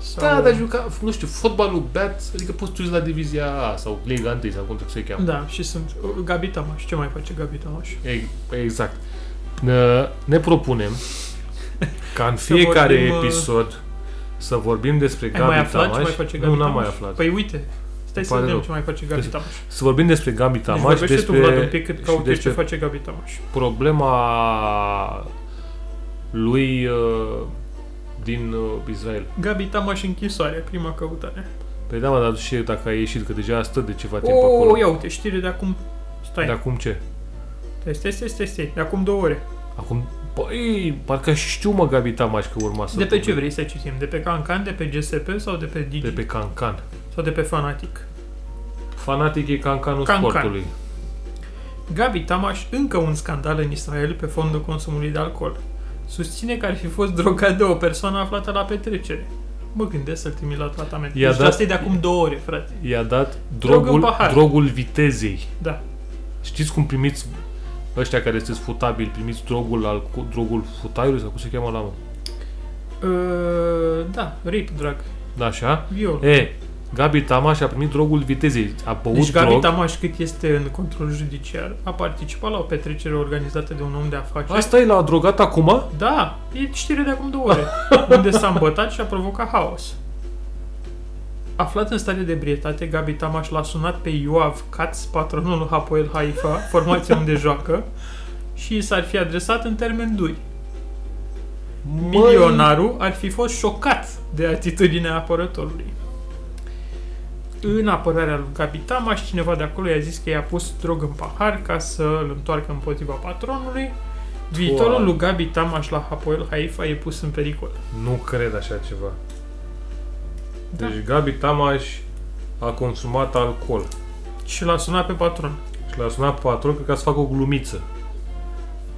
Sau...
Da, dar juca, nu știu, fotbalul beat, adică poți tu la divizia A sau Liga 1 sau cum se cheamă.
Da, și sunt Gabi Tamaș. Ce mai face Gabi Tamaș?
E- Exact. Ne- Ne propunem ca în fiecare
vorbim, uh,
episod să vorbim despre
Ai mai
Gabi
aflat ce mai
Tamaș.
face Gabi
Nu, n-am
Tamaș?
mai aflat.
Păi uite, stai să
pare
vedem
rău.
ce mai face Gabi Tamaș.
Să vorbim despre Gabi
Deci
Tamaș,
vorbește tu,
despre,
Vlad, un pic cât
și
caut eu ce
despre
face Gabi Tamaș.
problema lui uh, din uh, Israel.
Gabi Tamaș închisoare, prima căutare.
Păi da, mă, dar și dacă a ieșit, că deja stă de ceva timp
O,
acolo.
Oh, ia uite, știre de acum... Stai,
De acum ce?
stai, stai, stai, stai, stai, de acum două ore.
Acum, Păi, parcă știu mă Gabi Tamaș că urma să...
De pe ce
vorbim.
vrei să citim? De pe Cancan, de pe GSP sau de pe Digi?
De pe Cancan.
Sau de pe Fanatic?
Fanatic e Cancanul
Cancan.
sportului.
Gabi Tamaș, încă un scandal în Israel pe fondul consumului de alcool. Susține că ar fi fost drogat de o persoană aflată la petrecere. Mă gândesc să-l trimit la tratament.
I-a
deci
dat-
asta e de acum două ore, frate.
I-a dat
Drogul
drogul,
pahar.
drogul vitezei.
Da.
Știți cum primiți ăștia care sunteți futabili, primiți drogul, alco- drogul futaiului sau cum se cheamă la mă?
Uh, da, rape drug,
Da, așa?
viol.
E, Gabi Tamaș a primit drogul vitezei. A băut
Deci Gabi
drog.
Tamaș, cât este în control judiciar, a participat la o petrecere organizată de un om de afaceri.
Asta e l-a drogat acum?
Da, e știre de acum două ore, unde s-a îmbătat și a provocat haos. Aflat în stare de ebrietate, Gabi Tamaș l-a sunat pe Ioav Katz, patronul Hapoel Haifa, formația unde joacă, și i s-ar fi adresat în termeni duri. Milionarul ar fi fost șocat de atitudinea apărătorului. În apărarea lui Gabi Tamaș, cineva de acolo i-a zis că i-a pus drog în pahar ca să îl întoarcă împotriva patronului. Viitorul
Doamne.
lui Gabi Tamaș la Hapoel Haifa e pus în pericol.
Nu cred așa ceva.
Da.
Deci Gabi Tamaș a consumat alcool
Și l-a sunat pe patron.
și l-a sunat patron cred că ca să facă o glumiță.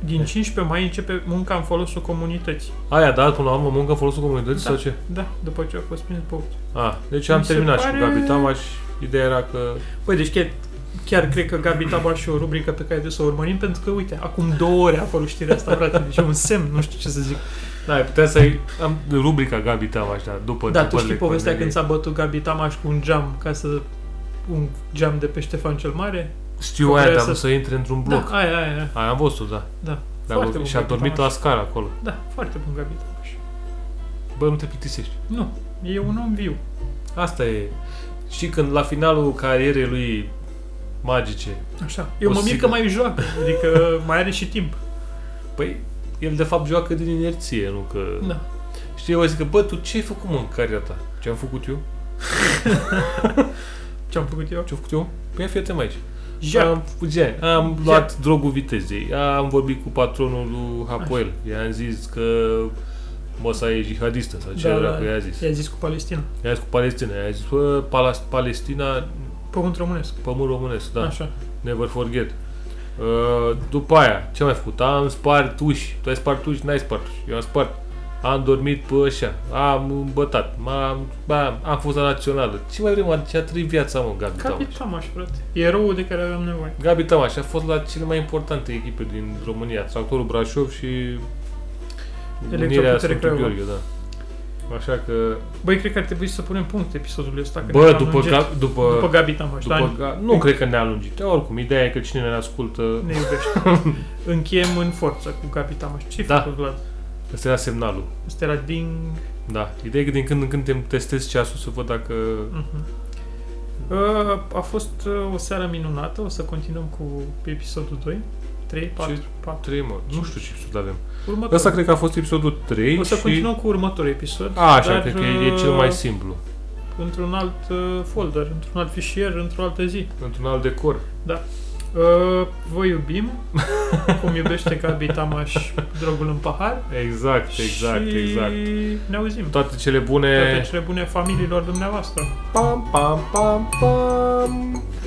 Din 15 mai începe munca în folosul comunității.
Aia a dat până la urmă muncă în folosul comunității
Da.
sau ce?
Da, după ce a fost prins pe opt.
A, deci am
Mi se
terminat și
pare-
cu Gabi Tamaș. Ideea era că...
Păi, deci chiar, chiar cred că Gabi Tamaș e o rubrică pe care trebuie să o urmărim, pentru că, uite, acum două ore a apărut știrea asta, frate, deci e un semn, nu știu ce să zic.
Da, ai putea să ai... Am rubrica Gabi Tamaș, da, după
Da,
după
tu știi
le-
povestea când
Cornelie.
s-a bătut Gabi Tamaș cu un geam ca să un geam de pe Ștefan cel Mare?
Știu
că
aia,
trebuia
dar nu
să-
să intre într-un bloc.
Da, aia, aia, aia.
Aia am văzut-o, da.
Da.
Dar
Foarte
bă,
bun
și a
Gabi
dormit la
Tamaș.
scară acolo.
Da, foarte bun Gabi Tamaș.
Bă, nu te plictisești.
Nu, e un om viu.
Asta e. Și când la finalul carierei lui magice,
Așa. Eu mă mir
Posibil.
că mai joacă, adică mai are și timp.
păi el de fapt joacă din inerție, nu că...
Da.
Știi, eu zic că, bă, tu ce ai făcut, mă, în cariera ta? Ce am făcut eu?
Ce-am făcut eu?
Ce am făcut eu? Păi ia fii atent aici.
Ja.
Am, făcut gen, am
Ja.
luat drogul vitezei, am vorbit cu patronul lui Hapoel, i-am zis că măsa e jihadistă sau ce
Da,
da, era
da.
că i-a zis.
I-a zis cu Palestina.
I-a zis cu Palestina, i-a zis, bă, Palas- Palestina,
Pământ românesc.
pământ românesc, da.
Așa.
Never forget. Uh, după aia, ce am mai făcut? Am spart uși. Tu ai spart uși, n-ai spart uși. Eu am spart. Am dormit pe așa. Am îmbătat. M-am, am, am fost la națională. Ce mai vrem? A- Ce a trăit viața, mă, Gabi
Gabi
Tamaș.
Tamaș, frate. Eroul de care aveam nevoie.
Gabi Tamaș a fost la cele mai importante echipe din România. Tractorul Brașov și Unirea
Putere
Sfântul
Craiova.
Gheorghe, da. Așa că...
Băi, cred că ar trebui să punem punct episodul ăsta. că
Bă,
ne-am
după,
lungit.
Ga- după,
După Gabi Tamaș,
după
da?
Ga- nu cred că ne-a lungit. Dar Oricum, ideea e că cine ne ascultă...
ne iubește. Încheiem în forță cu Gabi Tamaș. Ce-ai
Da.
făcut, Vlad?
Ăsta era semnalul.
Este la ding...
Da, ideea e că din când în când te testez ceasul să văd dacă...
Mhm. Uh, A fost uh, o seară minunată. O să continuăm cu episodul 2, 3, 4,
Ce-
4.
3, mă, nu știu ce episod avem.
Următorul.
Ăsta cred că a fost episodul 3
O să
și...
continuăm cu următorul episod.
A, așa,
dar, uh,
cred că e, e cel mai simplu.
Într-un alt uh, folder, într-un alt fișier, într-o altă zi.
Într-un alt decor.
Uh, Vă iubim, cum iubește Gabi Tamaș drogul în pahar.
Exact, exact,
și
exact.
ne auzim.
Toate cele bune...
Toate cele bune familiilor dumneavoastră.
Pam, pam, pam, pam.